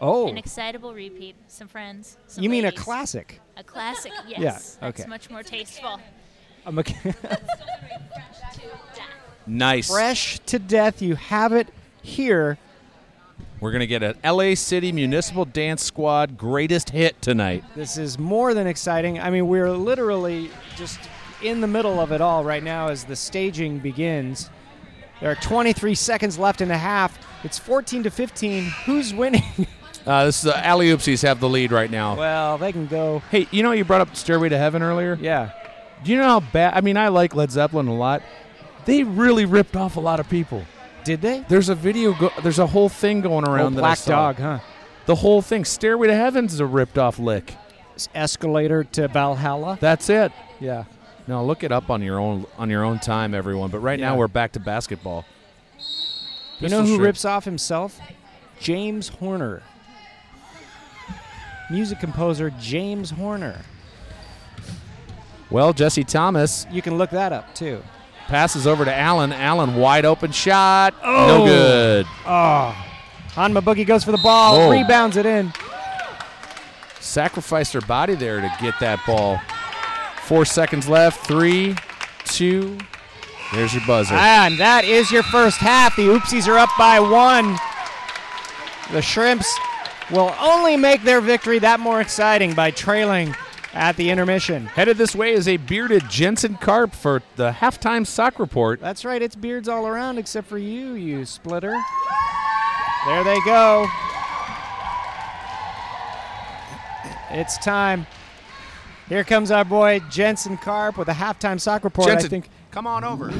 Speaker 1: Oh,
Speaker 3: an excitable repeat, some friends. Some
Speaker 1: you mean a
Speaker 3: ladies.
Speaker 1: classic?
Speaker 3: A classic, yes.
Speaker 1: okay.
Speaker 3: That's much more tasteful.
Speaker 1: A mecha-
Speaker 2: Nice.
Speaker 1: fresh to death. You have it here.
Speaker 2: We're going to get an LA City Municipal Dance Squad greatest hit tonight.
Speaker 1: This is more than exciting. I mean, we're literally just in the middle of it all right now as the staging begins. There are 23 seconds left in the half. It's 14 to 15. Who's winning?
Speaker 2: Uh, this is the Alley Oopsies have the lead right now.
Speaker 1: well, they can go.
Speaker 2: Hey, you know you brought up Stairway to Heaven earlier?
Speaker 1: Yeah.
Speaker 2: Do you know how bad? I mean, I like Led Zeppelin a lot. They really ripped off a lot of people.
Speaker 1: Did they?
Speaker 2: There's a video. Go- there's a whole thing going around.
Speaker 1: Oh,
Speaker 2: that I
Speaker 1: Black
Speaker 2: saw.
Speaker 1: Dog, huh?
Speaker 2: The whole thing. Stairway to Heaven's is a ripped off lick.
Speaker 1: S- Escalator to Valhalla.
Speaker 2: That's it.
Speaker 1: Yeah.
Speaker 2: No, look it up on your own on your own time, everyone. But right now
Speaker 1: Yeah.
Speaker 2: we're back to basketball.
Speaker 1: You know
Speaker 2: Pistol
Speaker 1: who
Speaker 2: Shrimp.
Speaker 1: rips off himself? James Horner. Music composer James Horner.
Speaker 2: Well, Jesse Thomas
Speaker 1: You can look that up too.
Speaker 2: passes over to Allen. Allen wide open shot.
Speaker 1: Oh.
Speaker 2: No good.
Speaker 1: Hanma Boogie goes for the ball,
Speaker 2: Oh.
Speaker 1: rebounds it in.
Speaker 2: Sacrificed her body there to get that ball. Four seconds left. Three, two. There's your buzzer.
Speaker 1: And that is your first half. The Oopsies are up by one. The Shrimps will only make their victory that more exciting by trailing at the intermission.
Speaker 2: Headed this way is a bearded Jensen Karp for the halftime sock report.
Speaker 1: That's right, it's beards all around except for you, you splitter. There they go. It's time. Here comes our boy Jensen Karp with a halftime sock report.
Speaker 2: Jensen,
Speaker 1: I think
Speaker 2: come on over.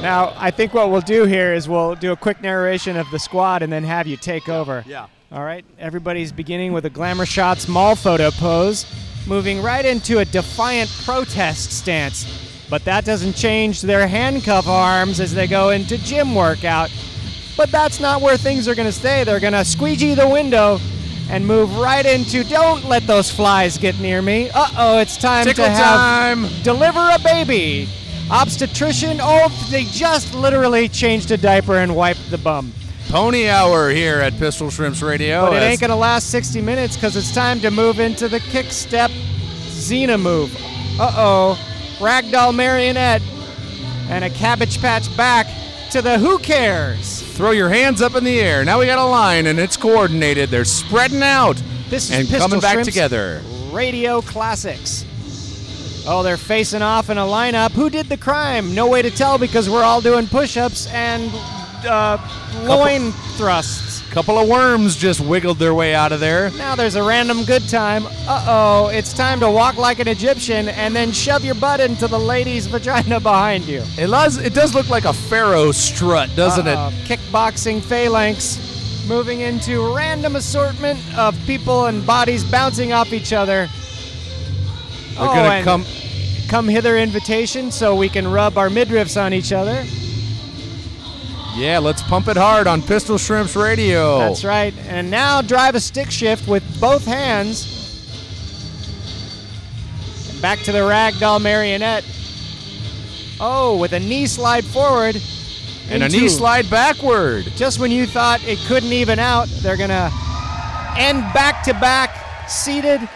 Speaker 1: Now, I think what we'll do here is we'll do a quick narration of the squad and then have you take over.
Speaker 2: yeah.
Speaker 1: All right. Everybody's beginning with a glamour shots mall photo pose, moving right into a defiant protest stance. But that doesn't change their handcuff arms as they go into gym workout. But that's not where things are going to stay. They're going to squeegee the window and move right into don't let those flies get near me. Uh-oh, it's time
Speaker 2: Tickle
Speaker 1: to have
Speaker 2: time.
Speaker 1: deliver a baby. Obstetrician, oh, they just literally changed a diaper and wiped the bum.
Speaker 2: Pony hour here at Pistol Shrimps Radio.
Speaker 1: But it
Speaker 2: as
Speaker 1: ain't going to last 60 minutes because it's time to move into the kick step Xena move. Uh oh. Ragdoll marionette and a cabbage patch back to the who cares.
Speaker 2: Throw your hands up in the air. Now we got a line, and it's coordinated. They're spreading out
Speaker 1: This is
Speaker 2: and
Speaker 1: Pistol
Speaker 2: coming back
Speaker 1: Shrimps.
Speaker 2: together.
Speaker 1: Radio Classics. Oh, they're facing off in a lineup. Who did the crime? No way to tell because we're all doing push ups and uh, loin thrusts.
Speaker 2: Couple of worms just wiggled their way out of there.
Speaker 1: Now there's a random good time. Uh oh, it's time to walk like an Egyptian and then shove your butt into the lady's vagina behind you.
Speaker 2: It does, it does look like a pharaoh strut, doesn't
Speaker 1: Uh, Kickboxing phalanx moving into random assortment of people and bodies bouncing off each other.
Speaker 2: it?
Speaker 1: oh,
Speaker 2: We're gonna
Speaker 1: and-
Speaker 2: come.
Speaker 1: Come hither invitation so we can rub our midriffs on each other.
Speaker 2: Yeah, let's pump it hard on Pistol Shrimps Radio.
Speaker 1: That's right. And now drive a stick shift with both hands. Back to the ragdoll marionette. Oh, with a knee slide forward.
Speaker 2: And a
Speaker 1: into-
Speaker 2: knee slide backward.
Speaker 1: Just when you thought it couldn't even out, they're going to end back to back, seated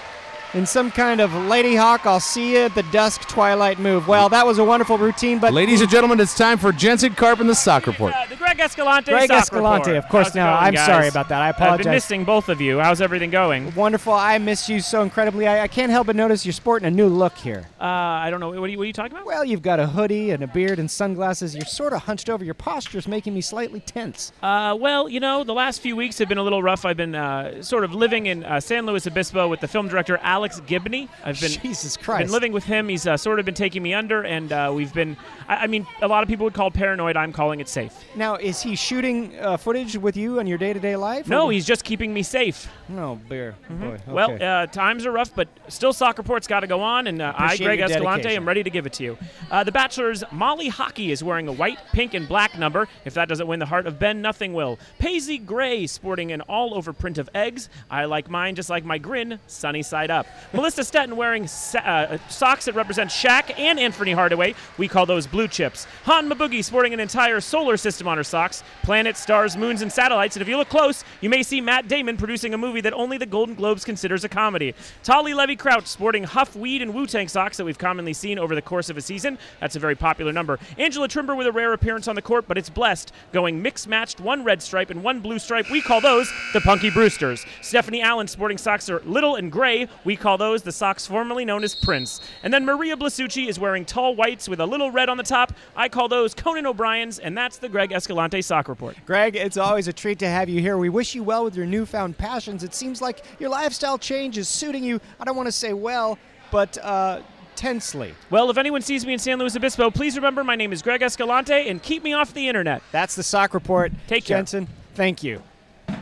Speaker 1: in some kind of Lady Hawk, I'll see you at the dusk twilight move. Well, that was a wonderful routine, but
Speaker 2: Ladies and gentlemen, it's time for Jensen Carp and the Sock Report.
Speaker 4: Uh, the Greg Escalante.
Speaker 1: Greg
Speaker 4: Sock
Speaker 1: Escalante,
Speaker 4: Report.
Speaker 1: of course.
Speaker 4: How's it
Speaker 1: Now,
Speaker 4: going,
Speaker 1: I'm
Speaker 4: guys?
Speaker 1: sorry about that. I
Speaker 4: I've
Speaker 1: apologize.
Speaker 4: been missing both of you. How's everything going?
Speaker 1: Wonderful. I miss you so incredibly. I, I can't help but notice you're sporting a new look here.
Speaker 4: Uh, I don't know. What are, you, what are you talking about?
Speaker 1: Well, you've got a hoodie and a beard and sunglasses. You're sort of hunched over. Your posture's making me slightly tense.
Speaker 4: Uh, well, you know, the last few weeks have been a little rough. I've been uh, sort of living in uh, San Luis Obispo with the film director Alex Gibney. I've been
Speaker 1: Jesus
Speaker 4: I've
Speaker 1: Christ.
Speaker 4: been living with him. He's uh, sort of been taking me under, and uh, we've been. I, I mean, a lot of people would call it paranoid. I'm calling it safe.
Speaker 1: now, i- is he shooting uh, footage with you in your day to day life?
Speaker 4: No,
Speaker 1: Or-
Speaker 4: he's just keeping me safe.
Speaker 1: no beer. Boy, okay.
Speaker 4: Well, uh, times are rough, but still, Soccer Report's got to go on, and uh, I,
Speaker 1: Appreciate
Speaker 4: Greg
Speaker 1: your
Speaker 4: Escalante,
Speaker 1: dedication.
Speaker 4: am ready to give it to you. Uh, the Bachelor's Molly Hockey is wearing a white, pink, and black number. If that doesn't win the heart of Ben, nothing will. Paisley Gray sporting an all-over print of eggs. I like mine just like my grin, sunny side up. Melissa Stetton wearing sa- uh, socks that represent Shaq and Anthony Hardaway. We call those blue chips. Han Maboogie sporting an entire solar system on her socks, planets, stars, moons, and satellites. And if you look close, you may see Matt Damon producing a movie that only the Golden Globes considers a comedy. Tolly Levy Crouch sporting Huff Weed and Wu Tang socks that we've commonly seen over the course of a season. That's a very popular number. Angela Trimber with a rare appearance on the court, but it's blessed, going mix matched, one red stripe and one blue stripe. We call those the Punky Brewsters. Stephanie Allen sporting socks that are little and gray. We call those the socks formerly known as Prince. And then Maria Blasucci is wearing tall whites with a little red on the top. I call those Conan O'Brien's, and that's the Greg Escalante sock report.
Speaker 1: Greg, it's always a treat to have you here. We wish you well with your newfound passions. It seems like your lifestyle change is suiting you. I don't want to say well, but uh, tensely.
Speaker 4: Well, if anyone sees me in San Luis Obispo, please remember my name is Greg Escalante and keep me off the internet.
Speaker 1: That's the sock report.
Speaker 4: Take care.
Speaker 1: Jensen. Thank you,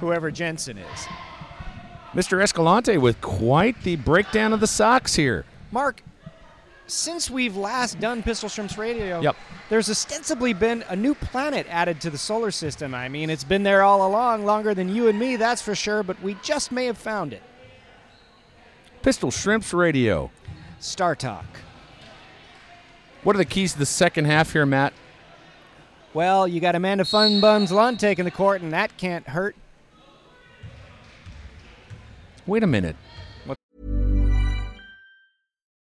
Speaker 1: whoever Jensen is.
Speaker 2: Mr. Escalante with quite the breakdown of the socks here.
Speaker 1: Mark, since we've last done Pistol Shrimps Radio,
Speaker 2: Yep.
Speaker 1: there's ostensibly been a new planet added to the solar system. I mean, it's been there all along, longer than you and me, that's for sure, but we just may have found it.
Speaker 2: Pistol Shrimps Radio.
Speaker 1: Star Talk.
Speaker 2: What are the keys to the second half here, Matt?
Speaker 1: Well, you got Amanda Fun Buns Lund taking the court, and that can't hurt.
Speaker 2: Wait a minute.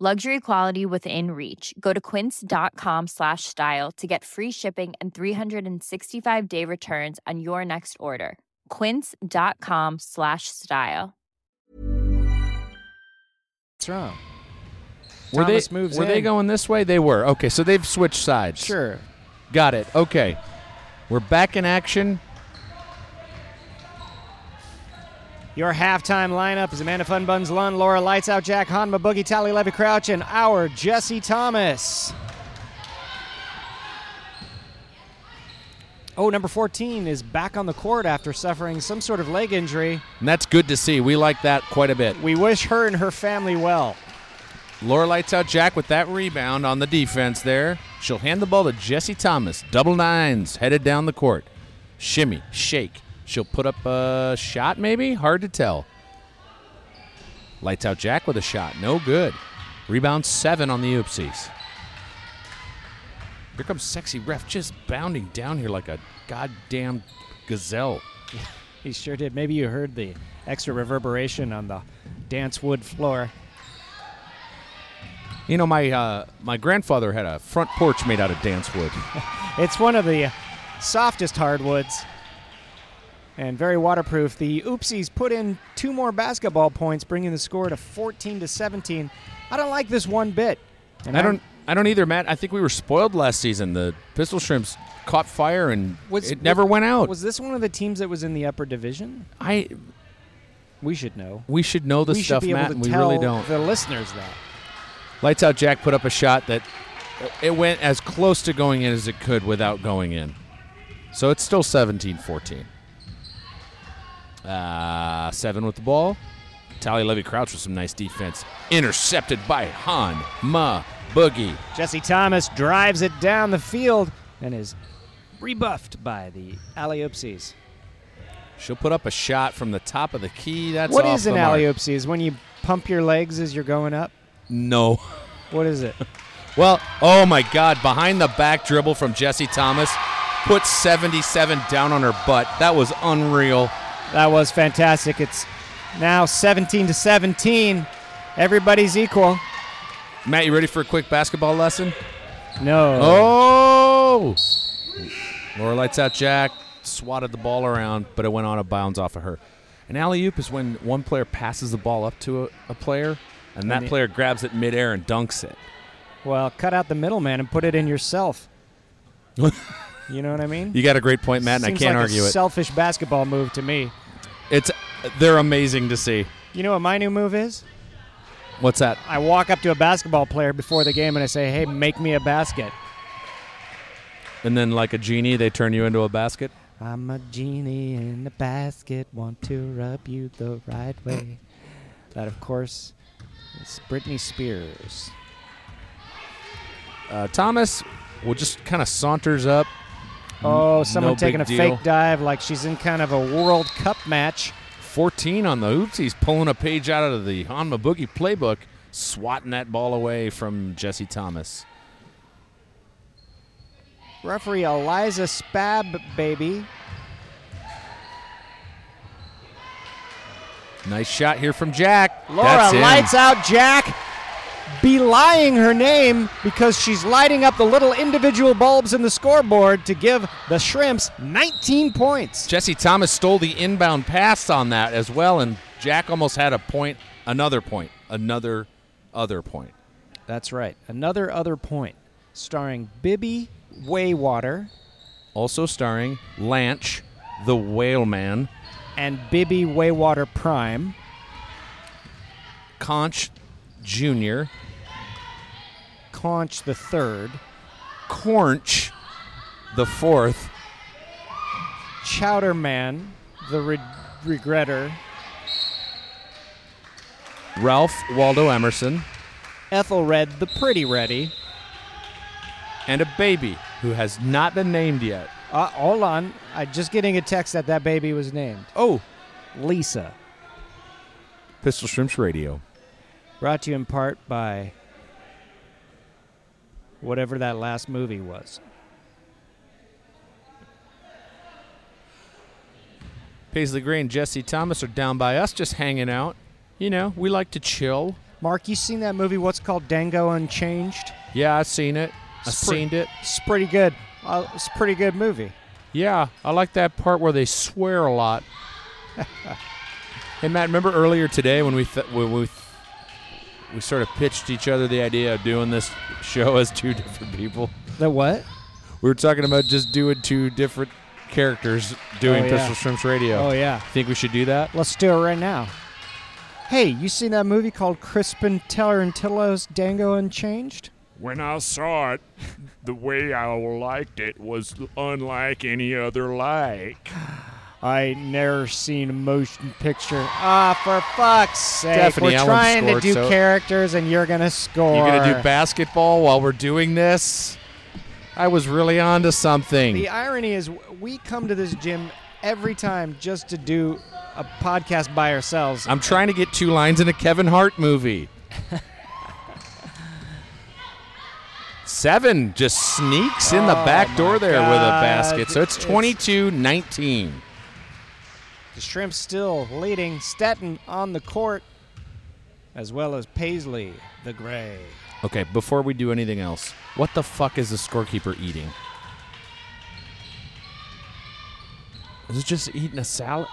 Speaker 5: Luxury quality within reach. Go to quince.com slash style to get free shipping and 365 day returns on your next order. Quince.com slash style.
Speaker 1: What's wrong?
Speaker 2: Were they
Speaker 1: Thomas moves
Speaker 2: were they
Speaker 1: in.
Speaker 2: going this way? They were. Okay, so they've switched sides.
Speaker 1: Sure.
Speaker 2: Got it. Okay. We're back in action.
Speaker 1: Your halftime lineup is Amanda Fun Buns Lund, Laura Lights Out Jack, Hanma Boogie, Tally Levy Crouch, and our Jesse Thomas. Oh, number 14 is back on the court after suffering some sort of leg injury.
Speaker 2: And that's good to see. We like that quite a bit.
Speaker 1: We wish her and her family well.
Speaker 2: Laura lights out Jack with that rebound on the defense there. She'll hand the ball to Jesse Thomas. Double nines headed down the court. Shimmy, shake. She'll put up a shot, maybe? Hard to tell. Lights out Jack with a shot. No good. Rebound seven on the oopsies. Here comes Sexy Ref just bounding down here like a goddamn gazelle.
Speaker 1: He sure did. Maybe you heard the extra reverberation on the dance wood floor.
Speaker 2: You know, my uh, my grandfather had a front porch made out of dance wood.
Speaker 1: It's one of the softest hardwoods and very waterproof. The Oopsies put in two more basketball points, bringing the score to 14 to 17. I don't like this one bit. And
Speaker 2: I
Speaker 1: I'm-
Speaker 2: don't. I don't either, Matt. I think we were spoiled last season. The pistol shrimps caught fire and
Speaker 1: Was-
Speaker 2: it never went out.
Speaker 1: Was this one of the teams that was in the upper division?
Speaker 2: I.
Speaker 1: We should know.
Speaker 2: We should know the
Speaker 1: we
Speaker 2: stuff,
Speaker 1: should be
Speaker 2: Matt,
Speaker 1: able
Speaker 2: and
Speaker 1: to
Speaker 2: we
Speaker 1: tell
Speaker 2: really don't.
Speaker 1: the listeners that.
Speaker 2: Lights out. Jack put up a shot that it went as close to going in as it could without going in. So it's still 17-14. Uh, seven with the ball. Tally Levy Crouch with some nice defense. Intercepted by Han Ma Boogie.
Speaker 1: Jesse Thomas drives it down the field and is rebuffed by the alley Oopsies.
Speaker 2: She'll put up a shot from the top of the key. That's
Speaker 1: What
Speaker 2: off
Speaker 1: is an
Speaker 2: the mark.
Speaker 1: alley oopsie? Is when you pump your legs as you're going up?
Speaker 2: No.
Speaker 1: What is it?
Speaker 2: Well, oh my God! Behind the back dribble from Jesse Thomas, put 77 down on her butt. That was unreal.
Speaker 1: That was fantastic. It's now 17 to 17. Everybody's equal.
Speaker 2: Matt, you ready for a quick basketball lesson?
Speaker 1: No.
Speaker 2: Oh! Laura lights out Jack, swatted the ball around, but it went on a bounds off of her. An alley oop is when one player passes the ball up to a, a player, and that
Speaker 1: the-
Speaker 2: player grabs it midair and dunks it.
Speaker 1: Well, cut out the middleman and put it in yourself. you know what I mean?
Speaker 2: You got a great point, Matt, and
Speaker 1: Seems
Speaker 2: I can't
Speaker 1: like
Speaker 2: argue
Speaker 1: a
Speaker 2: it.
Speaker 1: Selfish basketball move to me.
Speaker 2: it's they're amazing to see.
Speaker 1: You know what my new move is?
Speaker 2: What's that?
Speaker 1: I walk up to a basketball player before the game and I say, "Hey, make me a basket."
Speaker 2: And then, like a genie, they turn you into a basket.
Speaker 1: I'm a genie in a basket, want to rub you the right way. That, of course, is Britney Spears.
Speaker 2: Uh, Thomas will just kind of saunters up.
Speaker 1: Oh, someone
Speaker 2: Mm, big
Speaker 1: taking a
Speaker 2: deal.
Speaker 1: fake dive like she's in kind of a World Cup match.
Speaker 2: 14 on the hoops. He's pulling a page out of the Hanma Boogie playbook, swatting that ball away from Jesse Thomas.
Speaker 1: Referee Eliza Spab, baby.
Speaker 2: Nice shot here from Jack.
Speaker 1: Laura
Speaker 2: That's in.
Speaker 1: lights out Jack, belying her name because she's lighting up the little individual bulbs in the scoreboard to give the Shrimps 19 points.
Speaker 2: Jesse Thomas stole the inbound pass on that as well, and Jack almost had a point, another point, another other point.
Speaker 1: That's right. Another other point, starring Bibby Waywater
Speaker 2: Also starring Lanch, the whaleman,
Speaker 1: and Bibby Waywater Prime.
Speaker 2: Conch Jr.,
Speaker 1: Conch the third,
Speaker 2: Cornch, the fourth,
Speaker 1: Chowder Man, the re- regretter,
Speaker 2: Ralph Waldo Emerson,
Speaker 1: Ethelred the pretty ready.
Speaker 2: and a baby who has not been named yet.
Speaker 1: Uh, hold on, I'm just getting a text that that baby was named
Speaker 2: Oh,
Speaker 1: Lisa.
Speaker 2: Pistol Shrimps Radio.
Speaker 1: Brought to you in part by whatever that last movie was.
Speaker 2: Paisley Gray and Jesse Thomas are down by us just hanging out. You know, we like to chill.
Speaker 1: Mark, you seen that movie? What's called Dango Unchanged?
Speaker 2: Yeah, I seen it. I
Speaker 1: It's pre-
Speaker 2: seen it.
Speaker 1: It's pretty good. Uh, it's a pretty good movie.
Speaker 2: Yeah, I like that part where they swear a lot. hey Matt, remember earlier today when we th- when we th- we sort of pitched each other the idea of doing this show as two different people.
Speaker 1: The what?
Speaker 2: We were talking about just doing two different characters doing
Speaker 1: Oh, yeah.
Speaker 2: Pistol Shrimps Radio.
Speaker 1: Oh yeah.
Speaker 2: Think we should do that?
Speaker 1: Let's do it right now. Hey, you seen that movie called Crispin Tarantillo's Dango Unchanged?
Speaker 6: When I saw it, the way I liked it was unlike any other like.
Speaker 1: I never seen a motion picture. Ah, for fuck's sake!
Speaker 2: Stephanie
Speaker 1: We're
Speaker 2: Ellen
Speaker 1: trying
Speaker 2: scored,
Speaker 1: to do
Speaker 2: so-
Speaker 1: characters, and you're gonna score.
Speaker 2: You're gonna do basketball while we're doing this? I was really onto something.
Speaker 1: The irony is, w- we come to this gym every time just to do a podcast by ourselves.
Speaker 2: I'm trying to get two lines in a Kevin Hart movie. Seven just sneaks in the back door there with a
Speaker 1: Oh God.
Speaker 2: basket. So it's
Speaker 1: It's-
Speaker 2: 22 19.
Speaker 1: the shrimp still leading Stetton on the court, as well as Paisley the Gray.
Speaker 2: Okay, before we do anything else, what the fuck is the scorekeeper eating? Is it just eating a salad?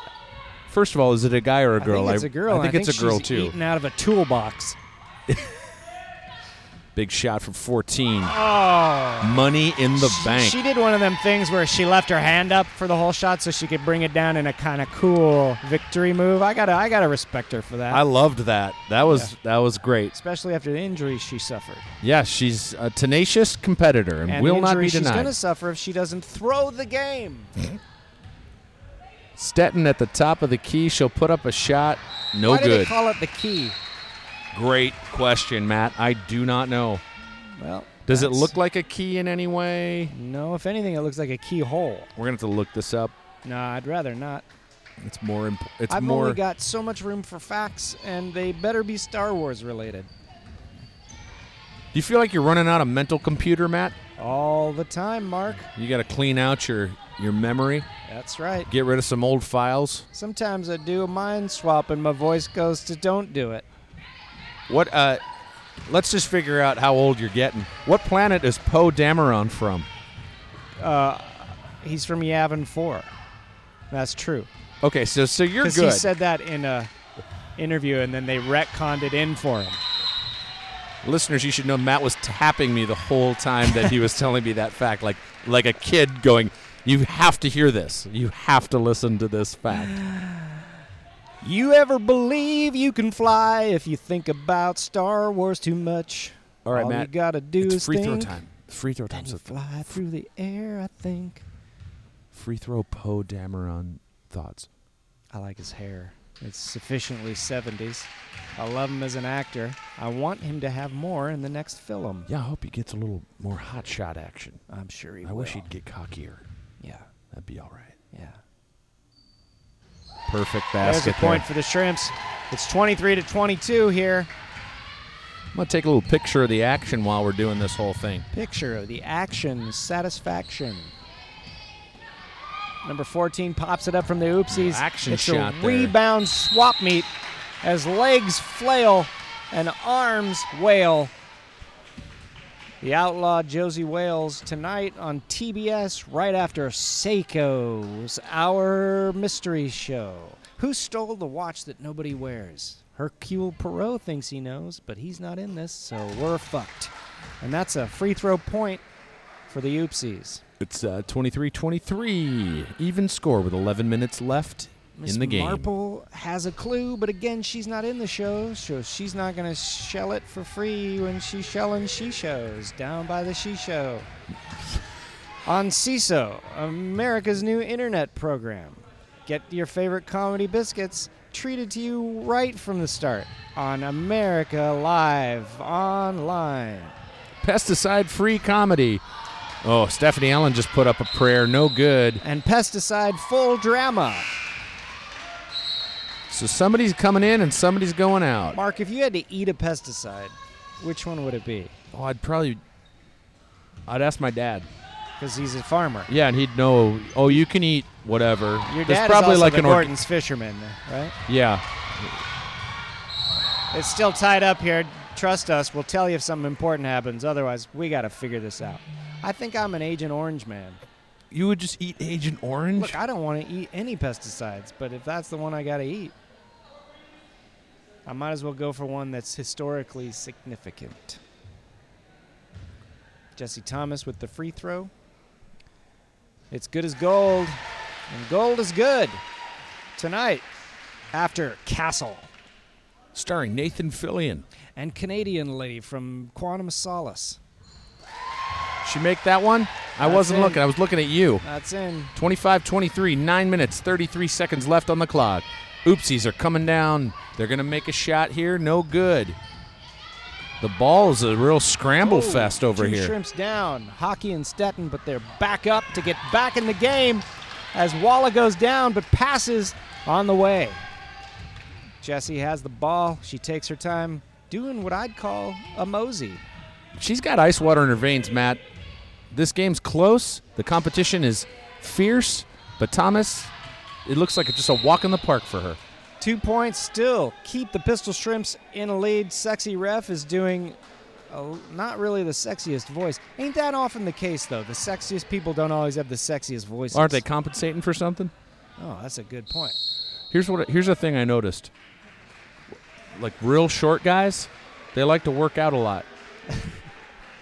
Speaker 2: First of all, is it a guy or a girl?
Speaker 1: I think it's a girl.
Speaker 2: I think it's a girl
Speaker 1: she's
Speaker 2: too.
Speaker 1: Eating out of a toolbox.
Speaker 2: Big shot from 14. Money in the
Speaker 1: Oh. She-
Speaker 2: bank.
Speaker 1: She did one of them things where she left her hand up for the whole shot so she could bring it down in a kind of cool victory move. I gotta, I gotta respect her for that.
Speaker 2: I loved that. That was that was great.
Speaker 1: Especially after the injury she suffered.
Speaker 2: Yeah, she's a tenacious competitor and,
Speaker 1: And
Speaker 2: will
Speaker 1: the
Speaker 2: not
Speaker 1: injury
Speaker 2: be
Speaker 1: She's
Speaker 2: denied.
Speaker 1: gonna suffer if she doesn't throw the game.
Speaker 2: Stetton at the top of the key. She'll put up a shot. No
Speaker 1: Why do they
Speaker 2: good.
Speaker 1: call it the key?
Speaker 2: Great question, Matt. I do not know.
Speaker 1: Well,
Speaker 2: Does it
Speaker 1: that's-
Speaker 2: look like a key in any way?
Speaker 1: No, if anything, it looks like a keyhole.
Speaker 2: We're going to have to look this up.
Speaker 1: No, I'd rather not.
Speaker 2: It's more. Imp- it's
Speaker 1: I've
Speaker 2: more.
Speaker 1: only got so much room for facts, and they better be Star Wars related.
Speaker 2: Do you feel like you're running out of mental computer, Matt?
Speaker 1: All the time, Mark.
Speaker 2: You got to clean out your your memory.
Speaker 1: That's right.
Speaker 2: Get rid of some old files.
Speaker 1: Sometimes I do a mind swap, and my voice goes to "Don't do it."
Speaker 2: What? Uh, let's just figure out how old you're getting. What planet is Poe Dameron from?
Speaker 1: He's from Yavin Four. That's true.
Speaker 2: Okay, so so you're
Speaker 1: Because
Speaker 2: good.
Speaker 1: he said that in a interview, and then they retconned it in for him.
Speaker 2: Listeners, you should know Matt was tapping me the whole time that he was telling me that fact, like like a kid going, "You have to hear this. You have to listen to this fact."
Speaker 1: You ever believe you can fly if you think about Star Wars too much?
Speaker 2: All right,
Speaker 1: you
Speaker 2: Matt.
Speaker 1: gotta do
Speaker 2: It's
Speaker 1: is
Speaker 2: free throw
Speaker 1: think,
Speaker 2: time. It's free throw time.
Speaker 1: and
Speaker 2: So
Speaker 1: you fly through the air. I think.
Speaker 2: free throw Poe Dameron thoughts.
Speaker 1: I like his hair. It's sufficiently 70s. I love him as an actor. I want him to have more in the next film.
Speaker 2: Yeah, I hope he gets a little more hot shot action.
Speaker 1: I'm sure he
Speaker 2: I
Speaker 1: will.
Speaker 2: wish he'd get cockier.
Speaker 1: Yeah,
Speaker 2: That'd be all right.
Speaker 1: yeah.
Speaker 2: Perfect
Speaker 1: There's
Speaker 2: basket.
Speaker 1: a point
Speaker 2: there.
Speaker 1: for the Shrimps. It's 23 to 22 here.
Speaker 2: I'm gonna take a little picture of the action while we're doing this whole thing.
Speaker 1: Picture of the action satisfaction. Number 14 pops it up from the oopsies.
Speaker 2: Action
Speaker 1: it's
Speaker 2: shot
Speaker 1: a
Speaker 2: there.
Speaker 1: rebound swap meet as legs flail and arms wail. The outlaw Josie Wales tonight on TBS right after Seiko's Our Mystery Show. Who stole the watch that nobody wears? Hercule Perot thinks he knows, but he's not in this, so we're fucked. And that's a free throw point for the Oopsies.
Speaker 2: It's uh, 23-23. Even score with 11 minutes left
Speaker 1: Miss
Speaker 2: in the game.
Speaker 1: Marple has a clue, but again, she's not in the show, so she's not going to shell it for free when she's shelling she shows down by the she show. On CISO, America's new internet program. Get your favorite comedy biscuits treated to you right from the start on America Live Online.
Speaker 2: Pesticide-free comedy. Oh, Stephanie Allen just put up a prayer. No good.
Speaker 1: And pesticide full drama.
Speaker 2: So somebody's coming in and somebody's going out.
Speaker 1: Mark, if you had to eat a pesticide, which one would it be?
Speaker 2: Oh, I'd probably. I'd ask my dad.
Speaker 1: Because he's a farmer.
Speaker 2: Yeah, and he'd know. Oh, you can eat whatever.
Speaker 1: Your
Speaker 2: There's
Speaker 1: dad
Speaker 2: probably
Speaker 1: is also
Speaker 2: like
Speaker 1: the
Speaker 2: an organ.
Speaker 1: Gordon's fisherman, right?
Speaker 2: Yeah,
Speaker 1: It's still tied up here. Trust us. We'll tell you if something important happens. Otherwise, we got to figure this out. I think I'm an Agent Orange man.
Speaker 2: you would just eat Agent Orange.
Speaker 1: Look, I don't want to eat any pesticides, but if that's the one I got to eat, I might as well go for one that's historically significant. Jesse Thomas with the free throw. It's good as gold, and gold is good tonight after Castle.
Speaker 2: Starring Nathan Fillion.
Speaker 1: and Canadian lady from Quantum of Solace.
Speaker 2: She make that one? I
Speaker 1: That's
Speaker 2: wasn't
Speaker 1: it.
Speaker 2: looking. I was looking at you.
Speaker 1: That's in.
Speaker 2: 25 23, 9 minutes, 33 seconds left on the clock. Oopsies are coming down. They're going to make a shot here. No good. The ball is a real scramble fest over
Speaker 1: Two
Speaker 2: here.
Speaker 1: Shrimps down. Hockey and Stetton, but they're back up to get back in the game as Walla goes down, but passes on the way. Jessie has the ball. She takes her time doing what I'd call a mosey.
Speaker 2: She's got ice water in her veins, Matt. This game's close. The competition is fierce, but Thomas, it looks like it's just a walk in the park for her.
Speaker 1: Two points still. Keep the Pistol Shrimps in a lead. Sexy Ref is doing a, not really the sexiest voice. Ain't that often the case, though? The sexiest people don't always have the sexiest voices.
Speaker 2: Aren't they compensating for something?
Speaker 1: Oh, that's a good point.
Speaker 2: Here's what here's a thing I noticed. Like real short guys, they like to work out a lot.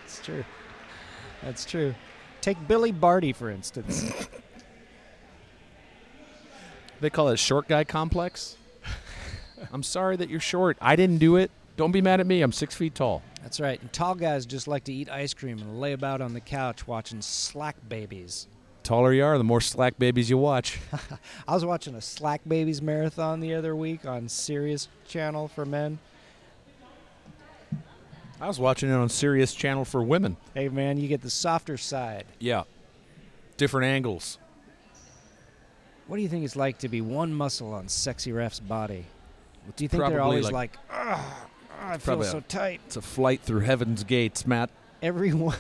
Speaker 1: It's true. That's true. Take Billy Barty, for instance.
Speaker 2: They call it short guy complex. I'm sorry that you're short. I didn't do it. Don't be mad at me. I'm six feet tall.
Speaker 1: That's right. And tall guys just like to eat ice cream and lay about on the couch watching Slack Babies.
Speaker 2: Taller you are, the more slack babies you watch.
Speaker 1: I was watching a Slack Babies marathon the other week on Sirius Channel for Men.
Speaker 2: I was watching it on Sirius Channel for women.
Speaker 1: Hey, man, you get the softer side.
Speaker 2: Yeah. Different angles.
Speaker 1: What do you think it's like to be one muscle on sexy ref's body? Do you think
Speaker 2: probably
Speaker 1: they're always
Speaker 2: like-
Speaker 1: like, "Ugh, I feel
Speaker 2: probably a-
Speaker 1: so tight?
Speaker 2: It's a flight through heaven's gates, Matt.
Speaker 1: Every one,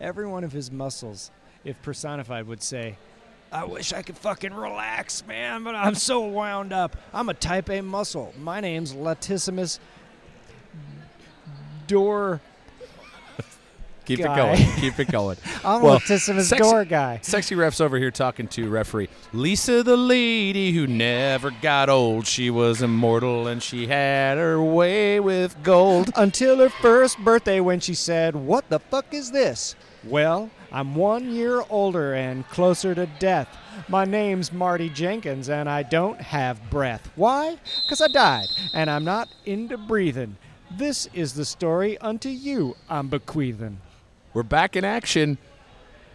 Speaker 1: every one of his muscles, if personified, would say, I wish I could fucking relax, man, but I'm so wound up. I'm a type A muscle. My name's Latissimus Door.
Speaker 2: Keep
Speaker 1: Guy.
Speaker 2: it going. Keep it going.
Speaker 1: I'm
Speaker 2: Well,
Speaker 1: Latissimus
Speaker 2: sexy-
Speaker 1: Door guy.
Speaker 2: Sexy ref's over here talking to referee Lisa, the lady who never got old. She was immortal and she had her way with gold.
Speaker 1: Until her first birthday when she said, What the fuck is this? Well, I'm one year older and closer to death. My name's Marty Jenkins and I don't have breath. Why? 'Cause I died and I'm not into breathing. This is the story unto you I'm bequeathing.
Speaker 2: We're back in action.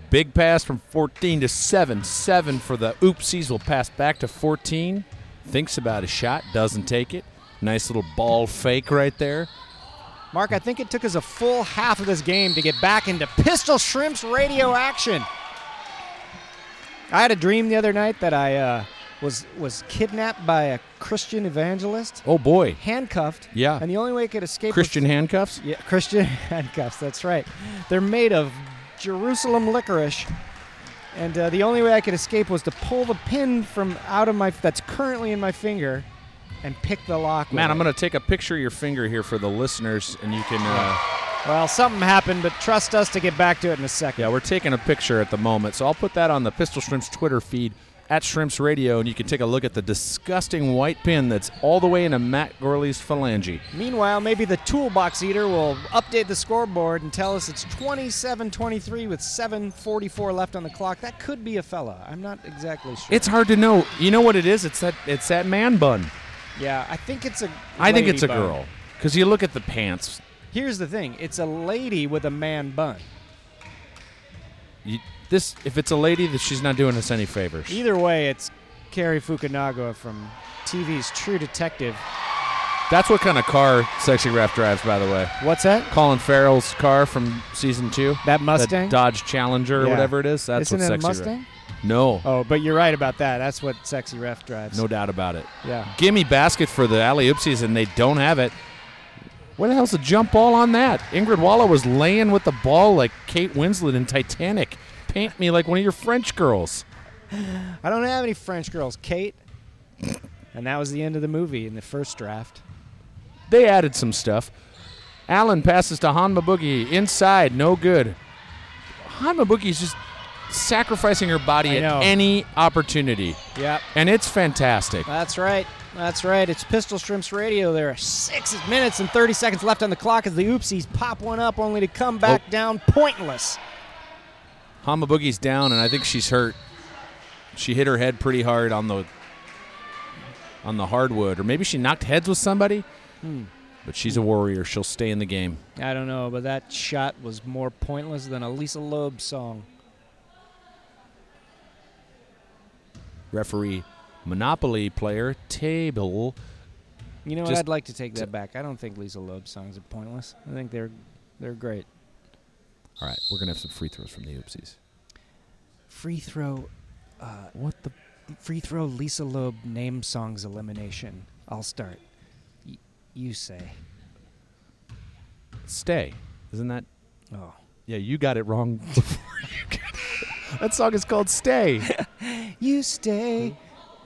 Speaker 2: Big pass from 14 to 7. 7 for the oopsies. Will pass back to 14. Thinks about a shot, doesn't take it. Nice little ball fake right there.
Speaker 1: Mark, I think it took us a full half of this game to get back into Pistol Shrimps radio action. I had a dream the other night that I uh, was was kidnapped by a Christian evangelist,
Speaker 2: Oh boy.
Speaker 1: handcuffed.
Speaker 2: Yeah.
Speaker 1: And the only way I could escape was-
Speaker 2: Christian handcuffs.
Speaker 1: yeah, Christian handcuffs. That's right. They're made of Jerusalem licorice. And uh, the only way I could escape was to pull the pin from out of my that's currently in my finger, and pick the lock.
Speaker 2: Man,
Speaker 1: with
Speaker 2: I'm
Speaker 1: it.
Speaker 2: going to take a picture of your finger here for the listeners, and you can. Uh,
Speaker 1: Well, something happened, but trust us to get back to it in a second.
Speaker 2: Yeah, we're taking a picture at the moment, so I'll put that on the Pistol Shrimps Twitter feed at Shrimps Radio, and you can take a look at the disgusting white pin that's all the way into Matt Gorley's phalange.
Speaker 1: Meanwhile, maybe the toolbox eater will update the scoreboard and tell us it's 27-23 with 7:44 left on the clock. That could be a fella. I'm not exactly sure.
Speaker 2: It's hard to know. You know what it is? It's that it's that man bun.
Speaker 1: yeah, I think it's a.
Speaker 2: I think
Speaker 1: lady
Speaker 2: it's a
Speaker 1: bun.
Speaker 2: girl because you look at the pants.
Speaker 1: Here's the thing: it's a lady with a man bun.
Speaker 2: You, this, if it's a lady, that she's not doing us any favors.
Speaker 1: Either way, it's Carrie Fukunaga from TV's True Detective.
Speaker 2: That's what kind of car Sexy Ref drives, by the way.
Speaker 1: What's that?
Speaker 2: Colin Farrell's car from season two.
Speaker 1: That Mustang?
Speaker 2: Dodge Challenger, or
Speaker 1: Yeah.
Speaker 2: whatever it is. That's
Speaker 1: Isn't
Speaker 2: what
Speaker 1: it a
Speaker 2: Sexy Ref-
Speaker 1: Mustang?
Speaker 2: No,
Speaker 1: Oh, but you're right about that. That's what Sexy Ref drives.
Speaker 2: no doubt about it.
Speaker 1: Yeah.
Speaker 2: gimme basket for the alley oopsies and they don't have it. Where the hell's the jump ball on that? Ingrid Walla was laying with the ball like Kate Winslet in Titanic. Paint me like one of your French girls.
Speaker 1: I don't have any French girls, Kate. And that was the end of the movie in the first draft.
Speaker 2: They added some stuff. Allen passes to Hanma Boogie inside, no good. Hanma Boogie's just sacrificing her
Speaker 1: I
Speaker 2: body
Speaker 1: know.
Speaker 2: at any opportunity,
Speaker 1: Yep.
Speaker 2: and it's fantastic.
Speaker 1: That's right. That's right. It's Pistol Shrimps Radio. There are six minutes and 30 seconds left on the clock as the Oopsies pop one up only to come back
Speaker 2: Oh.
Speaker 1: down pointless.
Speaker 2: Hama Boogie's down, and I think she's hurt. She hit her head pretty hard on the on the hardwood, or maybe she knocked heads with somebody. But she's a warrior. She'll stay in the game.
Speaker 1: I don't know, but that shot was more pointless than a Lisa Loeb song.
Speaker 2: Referee, Monopoly player, table.
Speaker 1: You know what?
Speaker 2: Just-
Speaker 1: I'd like to take that back. I don't think Lisa Loeb songs are pointless. I think they're they're great.
Speaker 2: All right, we're gonna have some free throws from the oopsies.
Speaker 1: Free throw uh,
Speaker 2: What the?
Speaker 1: free throw Lisa Loeb name songs elimination. I'll start. Y- you say.
Speaker 2: Stay. Isn't that?
Speaker 1: Oh.
Speaker 2: Yeah, you got it wrong. Before you got that song is called Stay.
Speaker 1: You stay.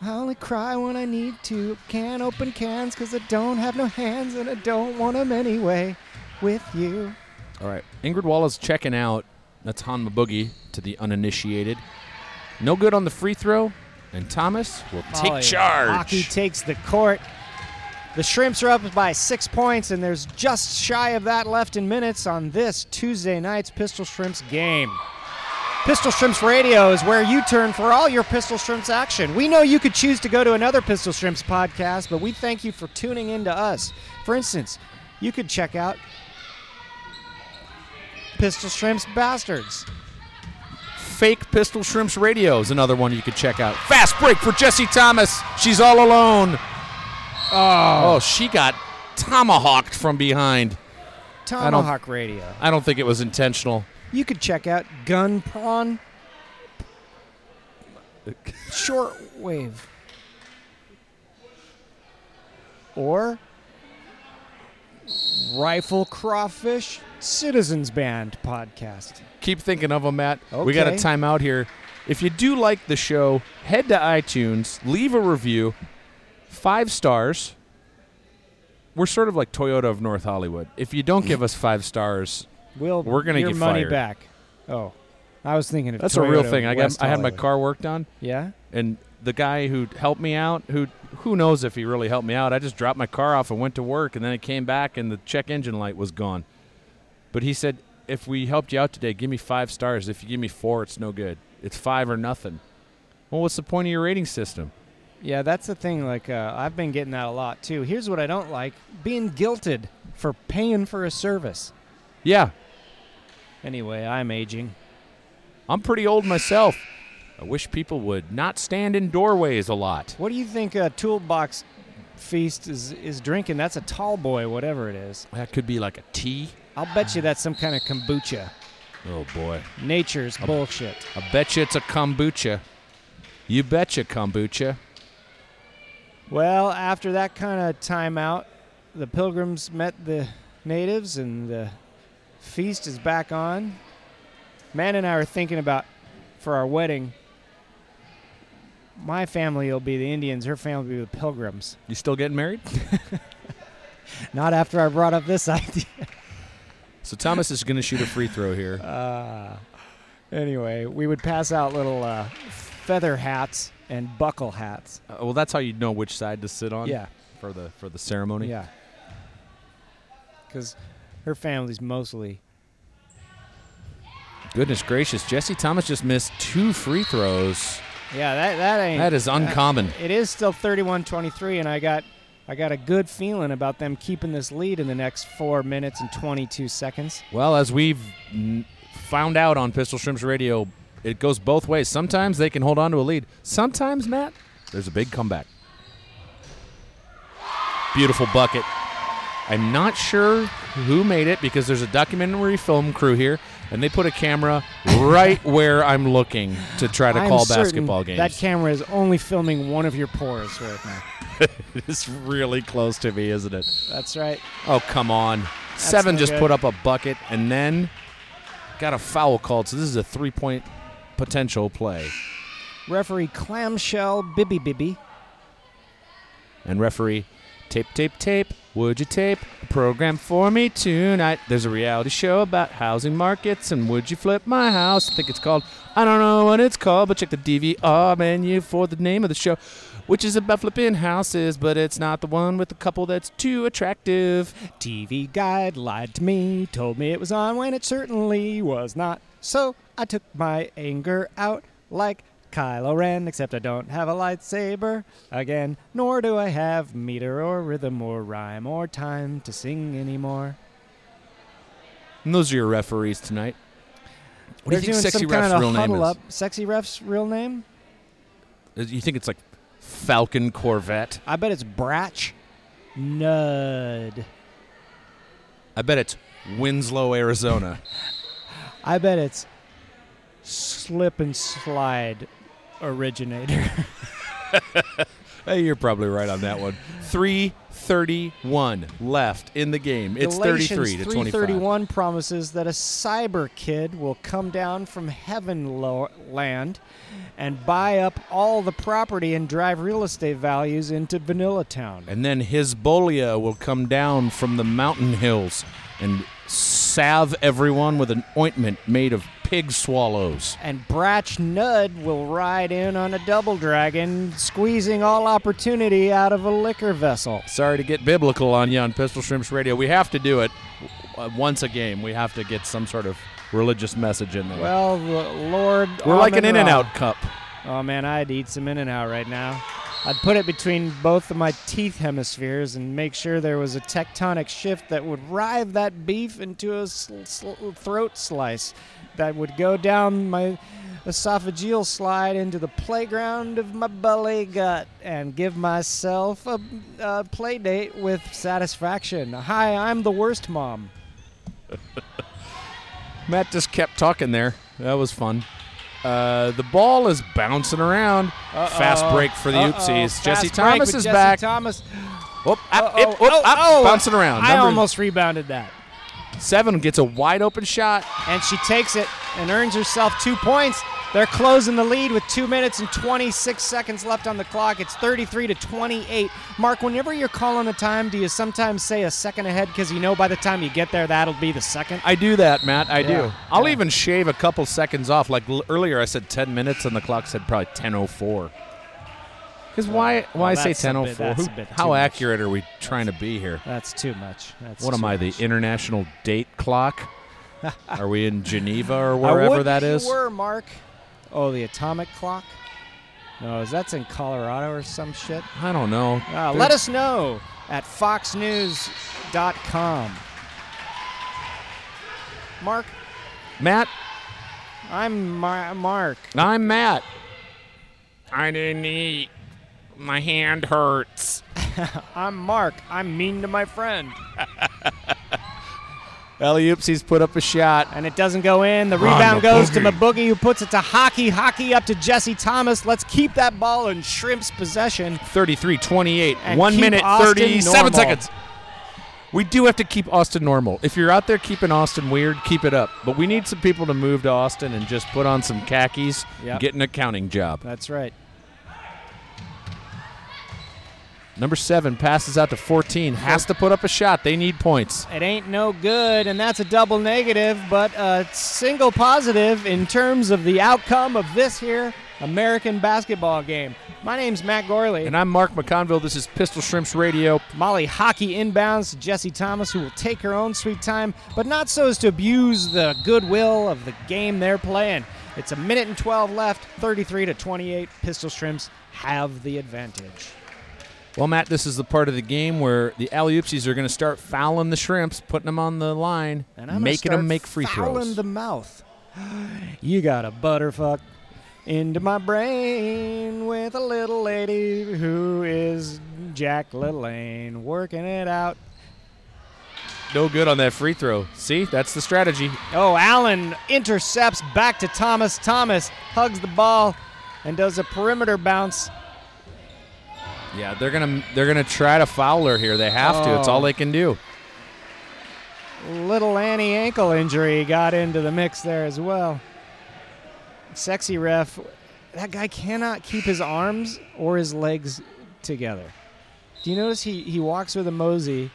Speaker 1: I only cry when I need to. Can't open cans 'cause I don't have no hands and I don't want 'em anyway. With you.
Speaker 2: All right. Ingrid Wallace checking out. That's Hanma Boogie to the uninitiated. No good on the free throw. And Thomas will take
Speaker 1: Molly
Speaker 2: charge.
Speaker 1: Hockey takes the court. The Shrimps are up by six points, and there's just shy of that left in minutes on this Tuesday night's Pistol Shrimps game. Pistol Shrimps Radio is where you turn for all your Pistol Shrimps action. We know you could choose to go to another Pistol Shrimps podcast, but we thank you for tuning in to us. For instance, you could check out Pistol Shrimps Bastards.
Speaker 2: Fake Pistol Shrimps Radio is another one you could check out. Fast break for Jesse Thomas. She's all alone. Oh, she got tomahawked from behind.
Speaker 1: Tomahawk Radio.
Speaker 2: I don't think it was intentional.
Speaker 1: You could check out Gun Prawn shortwave. Or Rifle Crawfish Citizens Band podcast.
Speaker 2: Keep thinking of them, Matt. We got a
Speaker 1: Okay.
Speaker 2: time out here. If you do like the show, head to iTunes, leave a review, five stars. We're sort of like Toyota of North Hollywood. If you don't give us five stars,
Speaker 1: We'll
Speaker 2: We're gonna
Speaker 1: your
Speaker 2: get
Speaker 1: money
Speaker 2: fired.
Speaker 1: back. Oh, I was thinking of
Speaker 2: that's a real
Speaker 1: Toyota
Speaker 2: thing. I got
Speaker 1: West
Speaker 2: I had my
Speaker 1: Hollywood.
Speaker 2: car worked on,
Speaker 1: Yeah.
Speaker 2: and the guy who helped me out, who who knows if he really helped me out. I just dropped my car off and went to work, and then it came back, and the check engine light was gone. But he said, if we helped you out today, give me five stars. If you give me four, it's no good. It's five or nothing. Well, what's the point of your rating system?
Speaker 1: Yeah, that's the thing. Like, uh, I've been getting that a lot too. Here's what I don't like: being guilted for paying for a service.
Speaker 2: Yeah,
Speaker 1: Anyway, I'm aging.
Speaker 2: I'm pretty old myself. I wish people would not stand in doorways a lot.
Speaker 1: What do you think uh, Toolbox Feast is is drinking? That's a tall boy, whatever it is.
Speaker 2: That could be like a tea.
Speaker 1: I'll bet you that's some kind of kombucha.
Speaker 2: Oh boy.
Speaker 1: Nature's bullshit.
Speaker 2: I bet you it's a kombucha. You betcha kombucha.
Speaker 1: Well, after that kind of timeout, the pilgrims met the natives and the feast is back on. Man and I are thinking about for our wedding. My family will be the Indians, her family will be the pilgrims.
Speaker 2: You still getting married?
Speaker 1: Not after I brought up this idea.
Speaker 2: So Thomas is going to shoot a free throw here.
Speaker 1: Ah. Anyway, we would pass out little uh, feather hats and buckle hats.
Speaker 2: Uh, well, that's how you know which side to sit on.
Speaker 1: Yeah.
Speaker 2: For the for the ceremony.
Speaker 1: Yeah. Because her family's mostly
Speaker 2: Goodness gracious, Jesse Thomas just missed two free throws.
Speaker 1: Yeah, that that ain't.
Speaker 2: That is uncommon.
Speaker 1: it is still 31-23, and I got I got a good feeling about them keeping this lead in the next four minutes and 22 seconds.
Speaker 2: Well, as we've n- found out on Pistol Shrimps Radio, it goes both ways. Sometimes they can hold on to a lead. Sometimes, Matt, there's a big comeback. Beautiful bucket. I'm not sure who made it because there's a documentary film crew here, and they put a camera right where I'm looking to try to
Speaker 1: I'm
Speaker 2: call
Speaker 1: certain
Speaker 2: basketball games.
Speaker 1: That camera is only filming one of your pores right now.
Speaker 2: It's really close to me, isn't it?
Speaker 1: That's right.
Speaker 2: Oh, come on. Seven
Speaker 1: no
Speaker 2: just
Speaker 1: good.
Speaker 2: put up a bucket and then got a foul called, so this is a three point potential play.
Speaker 1: Referee Clamshell Bibby Bibby.
Speaker 2: And referee, tape, tape, tape, would you tape a program for me tonight? There's a reality show about housing markets, and would you flip my house? I think it's called, I don't know what it's called, but check the DVR menu for the name of the show. Which is about flipping houses, but it's not the one with the couple that's too attractive.
Speaker 1: TV guide lied to me, told me it was on when it certainly was not. So I took my anger out like Kylo Ren, except I don't have a lightsaber again, nor do I have meter or rhythm or rhyme or time to sing anymore.
Speaker 2: And those are your referees tonight. What do
Speaker 1: They're
Speaker 2: you think
Speaker 1: doing
Speaker 2: Sexy
Speaker 1: some
Speaker 2: Ref's
Speaker 1: kind of
Speaker 2: real name
Speaker 1: huddle
Speaker 2: is?
Speaker 1: Up. Sexy Ref's real name?
Speaker 2: Is- You think it's like Falcon Corvette?
Speaker 1: I bet it's Bratch Nud.
Speaker 2: I bet it's Winslow, Arizona.
Speaker 1: I bet it's Slip and Slide Originator.
Speaker 2: hey, you're probably right on that one. 331 left in the game. It's
Speaker 1: Galatians
Speaker 2: 33 to 25.
Speaker 1: 331 promises that a cyber kid will come down from heaven lo- land and buy up all the property and drive real estate values into Vanilla Town.
Speaker 2: And then Hezbollah will come down from the mountain hills and salve everyone with an ointment made of pig swallows.
Speaker 1: And Bratch Nud will ride in on a double dragon, squeezing all opportunity out of a liquor vessel.
Speaker 2: Sorry to get biblical on you on Pistol Shrimps Radio. We have to do it uh, once a game. We have to get some sort of religious message in there.
Speaker 1: Well, the Lord.
Speaker 2: We're like an
Speaker 1: Amun-Ra.
Speaker 2: in and out cup.
Speaker 1: Oh man, I'd eat some In and Out right now. I'd put it between both of my teeth hemispheres and make sure there was a tectonic shift that would rive that beef into a sl- sl- throat slice that would go down my esophageal slide into the playground of my belly gut and give myself a, a play date with satisfaction. Hi, I'm the worst mom.
Speaker 2: Matt just kept talking there. That was fun. Uh, the ball is bouncing around. Fast break for the
Speaker 1: Uh-oh.
Speaker 2: oopsies.
Speaker 1: Fast
Speaker 2: Jesse
Speaker 1: break
Speaker 2: Thomas
Speaker 1: with
Speaker 2: is
Speaker 1: Jesse
Speaker 2: back.
Speaker 1: Thomas.
Speaker 2: Whoop, up,
Speaker 1: Uh-oh.
Speaker 2: ip, whoop,
Speaker 1: Oh,
Speaker 2: up,
Speaker 1: oh.
Speaker 2: bouncing around.
Speaker 1: I
Speaker 2: Number
Speaker 1: almost rebounded that.
Speaker 2: seven gets a wide open shot.
Speaker 1: And she takes it and earns herself two points. They're closing the lead with two minutes and 26 seconds left on the clock. It's 33 to 28. Mark, whenever you're calling a time, do you sometimes say a second ahead because you know by the time you get there, that'll be the second?
Speaker 2: I do that, Matt. I
Speaker 1: Yeah.
Speaker 2: do. I'll
Speaker 1: Yeah.
Speaker 2: even shave a couple seconds off. Like l- earlier, I said 10 minutes, and the clock said probably 10:04. Because why? Why say
Speaker 1: that's a bit-
Speaker 2: 10:04?
Speaker 1: that's
Speaker 2: Who-
Speaker 1: a bit too
Speaker 2: How
Speaker 1: much.
Speaker 2: accurate are we trying to be here?
Speaker 1: That's too much. That's
Speaker 2: What am
Speaker 1: too
Speaker 2: I, the
Speaker 1: much.
Speaker 2: international date clock? Are we in Geneva or
Speaker 1: I
Speaker 2: wherever
Speaker 1: wouldn't
Speaker 2: that
Speaker 1: if you
Speaker 2: is?
Speaker 1: were, Mark. Oh, the atomic clock? No, is that's in Colorado or some shit?
Speaker 2: I don't know.
Speaker 1: Uh,
Speaker 2: Dude,
Speaker 1: let us know at foxnews.com. Mark,
Speaker 2: Matt.
Speaker 1: I'm Mar- Mark.
Speaker 2: I'm Matt.
Speaker 6: I didn't eat. My hand hurts.
Speaker 1: I'm Mark. I'm mean to my friend.
Speaker 2: Ellie Oopsie's put up a shot.
Speaker 1: And it doesn't go in. The rebound goes to Maboogie, who puts it to Hockey. Hockey up to Jesse Thomas. Let's keep that ball in Shrimp's possession.
Speaker 2: 33 28.
Speaker 1: And
Speaker 2: One
Speaker 1: keep
Speaker 2: minute,
Speaker 1: Austin
Speaker 2: 37
Speaker 1: normal.
Speaker 2: seconds. We do have to keep Austin normal. If you're out there keeping Austin weird, keep it up. But we need some people to move to Austin and just put on some khakis,
Speaker 1: Yep.
Speaker 2: get an accounting job.
Speaker 1: That's right.
Speaker 2: Number seven passes out to 14. Has to put up a shot. They need points.
Speaker 1: It ain't no good, and that's a double negative, but a single positive in terms of the outcome of this here American basketball game. My name's Matt Gorley.
Speaker 2: And I'm Mark McConville. This is Pistol Shrimps Radio.
Speaker 1: Molly hockey inbounds to Jesse Thomas, who will take her own sweet time, but not so as to abuse the goodwill of the game they're playing. It's a minute and 12 left, 33 to 28. Pistol Shrimps have the advantage.
Speaker 2: Well, Matt, this is the part of the game where the E alley oopsies are going to start fouling the shrimps, putting them on the line,
Speaker 1: And I'm gonna
Speaker 2: making
Speaker 1: start
Speaker 2: them make free
Speaker 1: fouling
Speaker 2: throws.
Speaker 1: the mouth. You got a butterfuck into my brain with a little lady who is Jack LaLanne working it out.
Speaker 2: no good on that free throw. See, that's the strategy.
Speaker 1: Oh, Allen intercepts back to Thomas. Thomas hugs the ball and does a perimeter bounce.
Speaker 2: Yeah, they're gonna they're gonna try to foul her here. They have to. It's all
Speaker 1: Oh.
Speaker 2: they can do.
Speaker 1: Little Annie ankle injury got into the mix there as well. Sexy ref, that guy cannot keep his arms or his legs together. Do you notice he, he walks with a mosey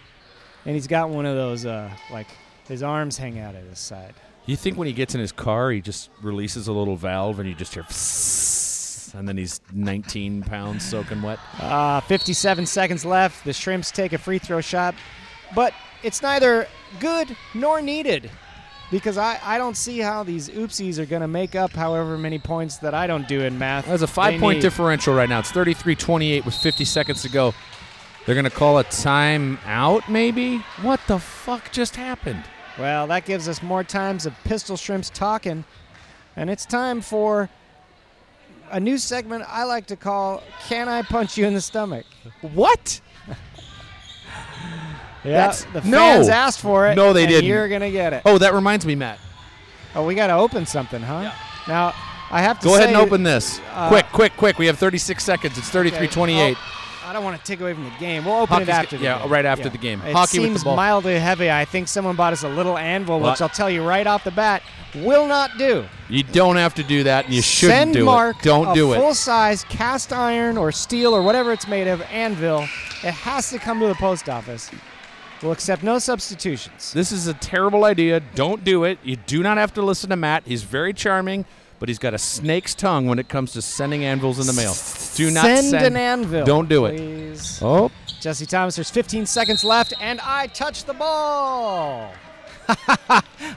Speaker 1: and he's got one of those, uh, like, his arms hang out at his side.
Speaker 2: You think when he gets in his car, he just releases a little valve, and you just hear, "Psst," and then he's 19 pounds soaking wet.
Speaker 1: Uh, 57 seconds left. The Shrimps take a free throw shot, but it's neither good nor needed because I, I don't see how these oopsies are going to make up however many points that I don't do in math.
Speaker 2: That's a
Speaker 1: they
Speaker 2: five point
Speaker 1: need.
Speaker 2: differential right now. It's 33 28 with 50 seconds to go. They're going to call a timeout, maybe? What the fuck just happened?
Speaker 1: Well, that gives us more times of Pistol Shrimps talking, and it's time for a new segment I like to call Can I Punch You in the Stomach?
Speaker 2: What? That's-
Speaker 1: the
Speaker 2: no.
Speaker 1: fans asked for it.
Speaker 2: No, they
Speaker 1: and
Speaker 2: didn't.
Speaker 1: You're going to get it.
Speaker 2: Oh, that reminds me, Matt.
Speaker 1: Oh, we got to open something, huh? Now, I have to
Speaker 2: Go ahead and
Speaker 1: say-
Speaker 2: open this.
Speaker 1: uh,
Speaker 2: quick, quick, quick. We have 36 seconds. It's 33
Speaker 1: Okay.
Speaker 2: 28.
Speaker 1: Oh, I don't want to take away from the game. We'll open
Speaker 2: Hockey's
Speaker 1: it after
Speaker 2: g-
Speaker 1: the
Speaker 2: yeah,
Speaker 1: game.
Speaker 2: right after the game.
Speaker 1: It
Speaker 2: Hockey with the
Speaker 1: seems
Speaker 2: ball.
Speaker 1: mildly heavy. I think someone bought us a little anvil,
Speaker 2: Well,
Speaker 1: which
Speaker 2: I-
Speaker 1: I'll tell you right off the bat, will not do.
Speaker 2: You don't have to do that, and you shouldn't
Speaker 1: Send
Speaker 2: do
Speaker 1: Mark
Speaker 2: it. Don't
Speaker 1: a
Speaker 2: do it.
Speaker 1: full-size cast iron or steel or whatever it's made of anvil. It has to come to the post office. We'll accept no substitutions.
Speaker 2: This is a terrible idea. Don't do it. You do not have to listen to Matt. He's very charming, but he's got a snake's tongue when it comes to sending anvils in the mail. Do not
Speaker 1: send,
Speaker 2: send,
Speaker 1: an anvil.
Speaker 2: Don't do it.
Speaker 1: please.
Speaker 2: Oh,
Speaker 1: Jesse Thomas, there's 15 seconds left, and I touch the ball.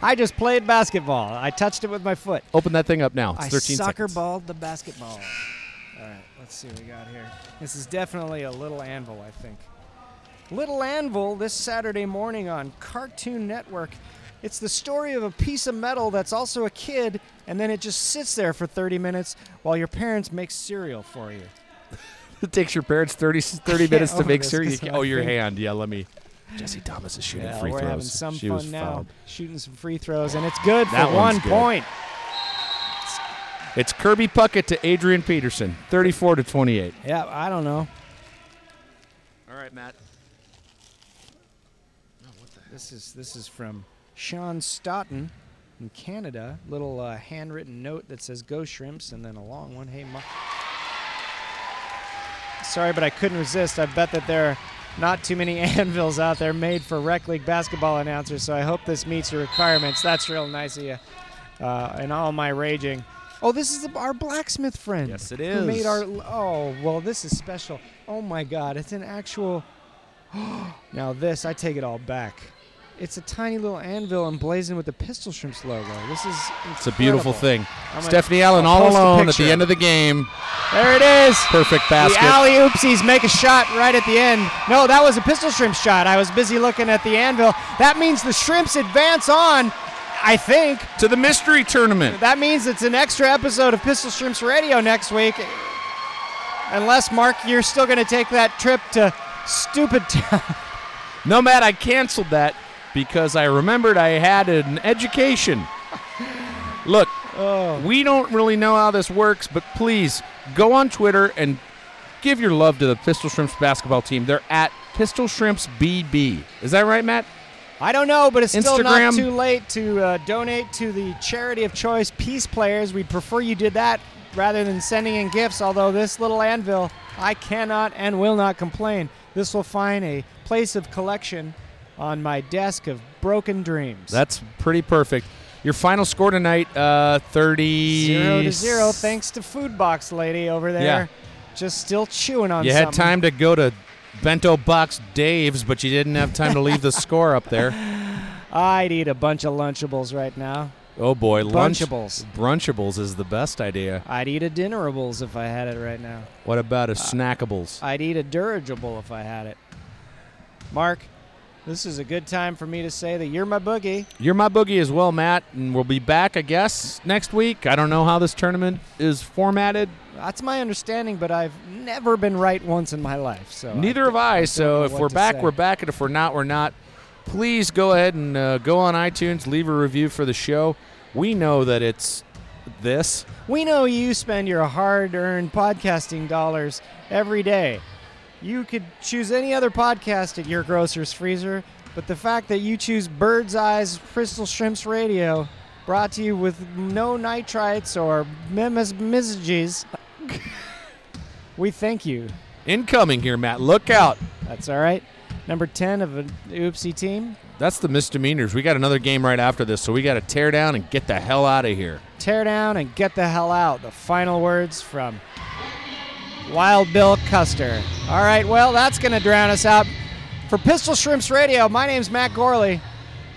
Speaker 1: I just played basketball. I touched it with my foot.
Speaker 2: open that thing up now. It's
Speaker 1: I
Speaker 2: 13
Speaker 1: soccer
Speaker 2: seconds.
Speaker 1: balled the basketball. All right, let's see what we got here. This is definitely a Little Anvil, I think. Little Anvil this Saturday morning on Cartoon Network. It's the story of a piece of metal that's also a kid, and then it just sits there for 30 minutes while your parents make cereal for you.
Speaker 2: It takes your parents 30, 30
Speaker 1: can't
Speaker 2: minutes to
Speaker 1: open
Speaker 2: make
Speaker 1: this
Speaker 2: sure you
Speaker 1: 'cause
Speaker 2: can.
Speaker 1: my
Speaker 2: Oh, your
Speaker 1: finger-
Speaker 2: hand. Yeah, let me. Jesse Thomas is shooting
Speaker 1: Yeah,
Speaker 2: free
Speaker 1: we're
Speaker 2: throws.
Speaker 1: having some
Speaker 2: she was
Speaker 1: fun now,
Speaker 2: fouled.
Speaker 1: shooting some free throws, and it's good
Speaker 2: That
Speaker 1: for one
Speaker 2: one's good.
Speaker 1: point.
Speaker 2: It's Kirby Puckett to Adrian Peterson, 34 to 28.
Speaker 1: Yeah, I don't know.
Speaker 2: All right, Matt.
Speaker 1: This is this is from Sean Stoughton in Canada. Little uh, handwritten note that says "Go Shrimps" and then a long one. Hey, Ma- sorry, but I couldn't resist. I bet that there are not too many anvils out there made for rec league basketball announcers. So I hope this meets your requirements. That's real nice of you. Uh, and all my raging. Oh, this is the, our blacksmith friend.
Speaker 2: Yes, it
Speaker 1: Who made
Speaker 2: is.
Speaker 1: our? Oh, well, this is special. Oh my God, it's an actual. now this, I take it all back. It's a tiny little anvil emblazoned with the Pistol Shrimps logo. This is
Speaker 2: It's a beautiful thing.
Speaker 1: gonna-
Speaker 2: Stephanie Allen
Speaker 1: I'll
Speaker 2: all
Speaker 1: post a
Speaker 2: alone at
Speaker 1: picture.
Speaker 2: the end of the game.
Speaker 1: There it is.
Speaker 2: Perfect
Speaker 1: The
Speaker 2: basket.
Speaker 1: alley oopsies make a shot right at the end. No, that was a pistol shrimp shot. I was busy looking at the anvil. That means the shrimps advance on. I think
Speaker 2: to the mystery tournament.
Speaker 1: that means it's an extra episode of Pistol Shrimps Radio next week. Unless Mark, you're still going to take that trip to Stupid Town.
Speaker 2: No, Matt, I canceled that because I remembered I had an education. Look, we don't really know how this works, but please go on Twitter and give your love to the Pistol Shrimps basketball team. They're at Pistol Shrimps BB. Is that right, Matt?
Speaker 1: I don't know, but it's still not
Speaker 2: Instagram.
Speaker 1: too late to uh, donate to the charity of choice, Peace Players. We'd prefer you did that rather than sending in gifts, although this little anvil, I cannot and will not complain. This will find a place of collection on my desk of broken dreams.
Speaker 2: That's pretty perfect. Your final score tonight, uh, 30.
Speaker 1: zero to zero, thanks to Food Box Lady over there. Just still chewing on
Speaker 2: You
Speaker 1: something.
Speaker 2: had time to go to Bento Box Dave's, but you didn't have time to leave the score up there.
Speaker 1: I'd eat a bunch of Lunchables right now.
Speaker 2: Oh boy, lunch-
Speaker 1: Lunchables.
Speaker 2: Brunchables is the best idea.
Speaker 1: I'd eat a Dinnerables if I had it right now.
Speaker 2: What about
Speaker 1: uh,
Speaker 2: a snackables?
Speaker 1: I'd eat a dirigible if I had it. Mark, this is a good time for me to say that you're my boogie.
Speaker 2: You're my boogie as well, Matt, and we'll be back, I guess, next week. I don't know how this tournament is formatted.
Speaker 1: That's my understanding, but I've never been right once in my life. So Uh, I-
Speaker 2: Neither have I. So
Speaker 1: know
Speaker 2: if
Speaker 1: what
Speaker 2: we're
Speaker 1: to
Speaker 2: back,
Speaker 1: say.
Speaker 2: we're back, and if we're not, we're not. Please go ahead and uh, go on iTunes, leave a review for the show. We know that it's this.
Speaker 1: we know you spend your hard-earned podcasting dollars every day. You could choose any other podcast at your grocer's freezer, but the fact that you choose Bird's Eyes Crystal Shrimps Radio, brought to you with no nitrites or mimis- misages, we thank you.
Speaker 2: Incoming here, Matt. Look out.
Speaker 1: That's all right. Number 10 of an oopsie team.
Speaker 2: That's the misdemeanors. We got another game right after this, so we got to tear down and get the hell out of here.
Speaker 1: Tear down and get the hell out. The final words from Wild Bill Custer. All right, well, that's going to drown us out. For Pistol Shrimps Radio, my name's Matt Gorley.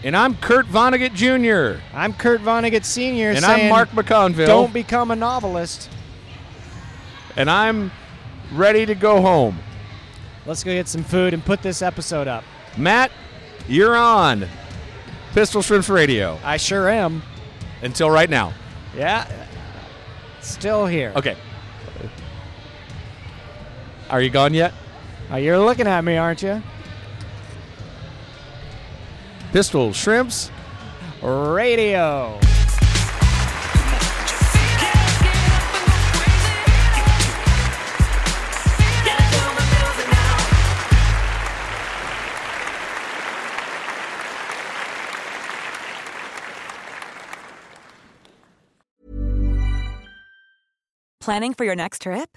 Speaker 2: And I'm Kurt Vonnegut Jr.
Speaker 1: I'm Kurt Vonnegut Sr.
Speaker 2: And
Speaker 1: saying,
Speaker 2: I'm Mark McConville.
Speaker 1: Don't become a novelist.
Speaker 2: and I'm ready to go home.
Speaker 1: Let's go get some food and put this episode up.
Speaker 2: Matt, you're on Pistol Shrimps Radio.
Speaker 1: I sure am.
Speaker 2: Until right now.
Speaker 1: Yeah. Still here.
Speaker 2: Okay. Are you gone yet?
Speaker 1: Uh, you're looking at me, aren't you?
Speaker 2: Pistol Shrimps.
Speaker 1: Radio.
Speaker 7: Planning for your next trip?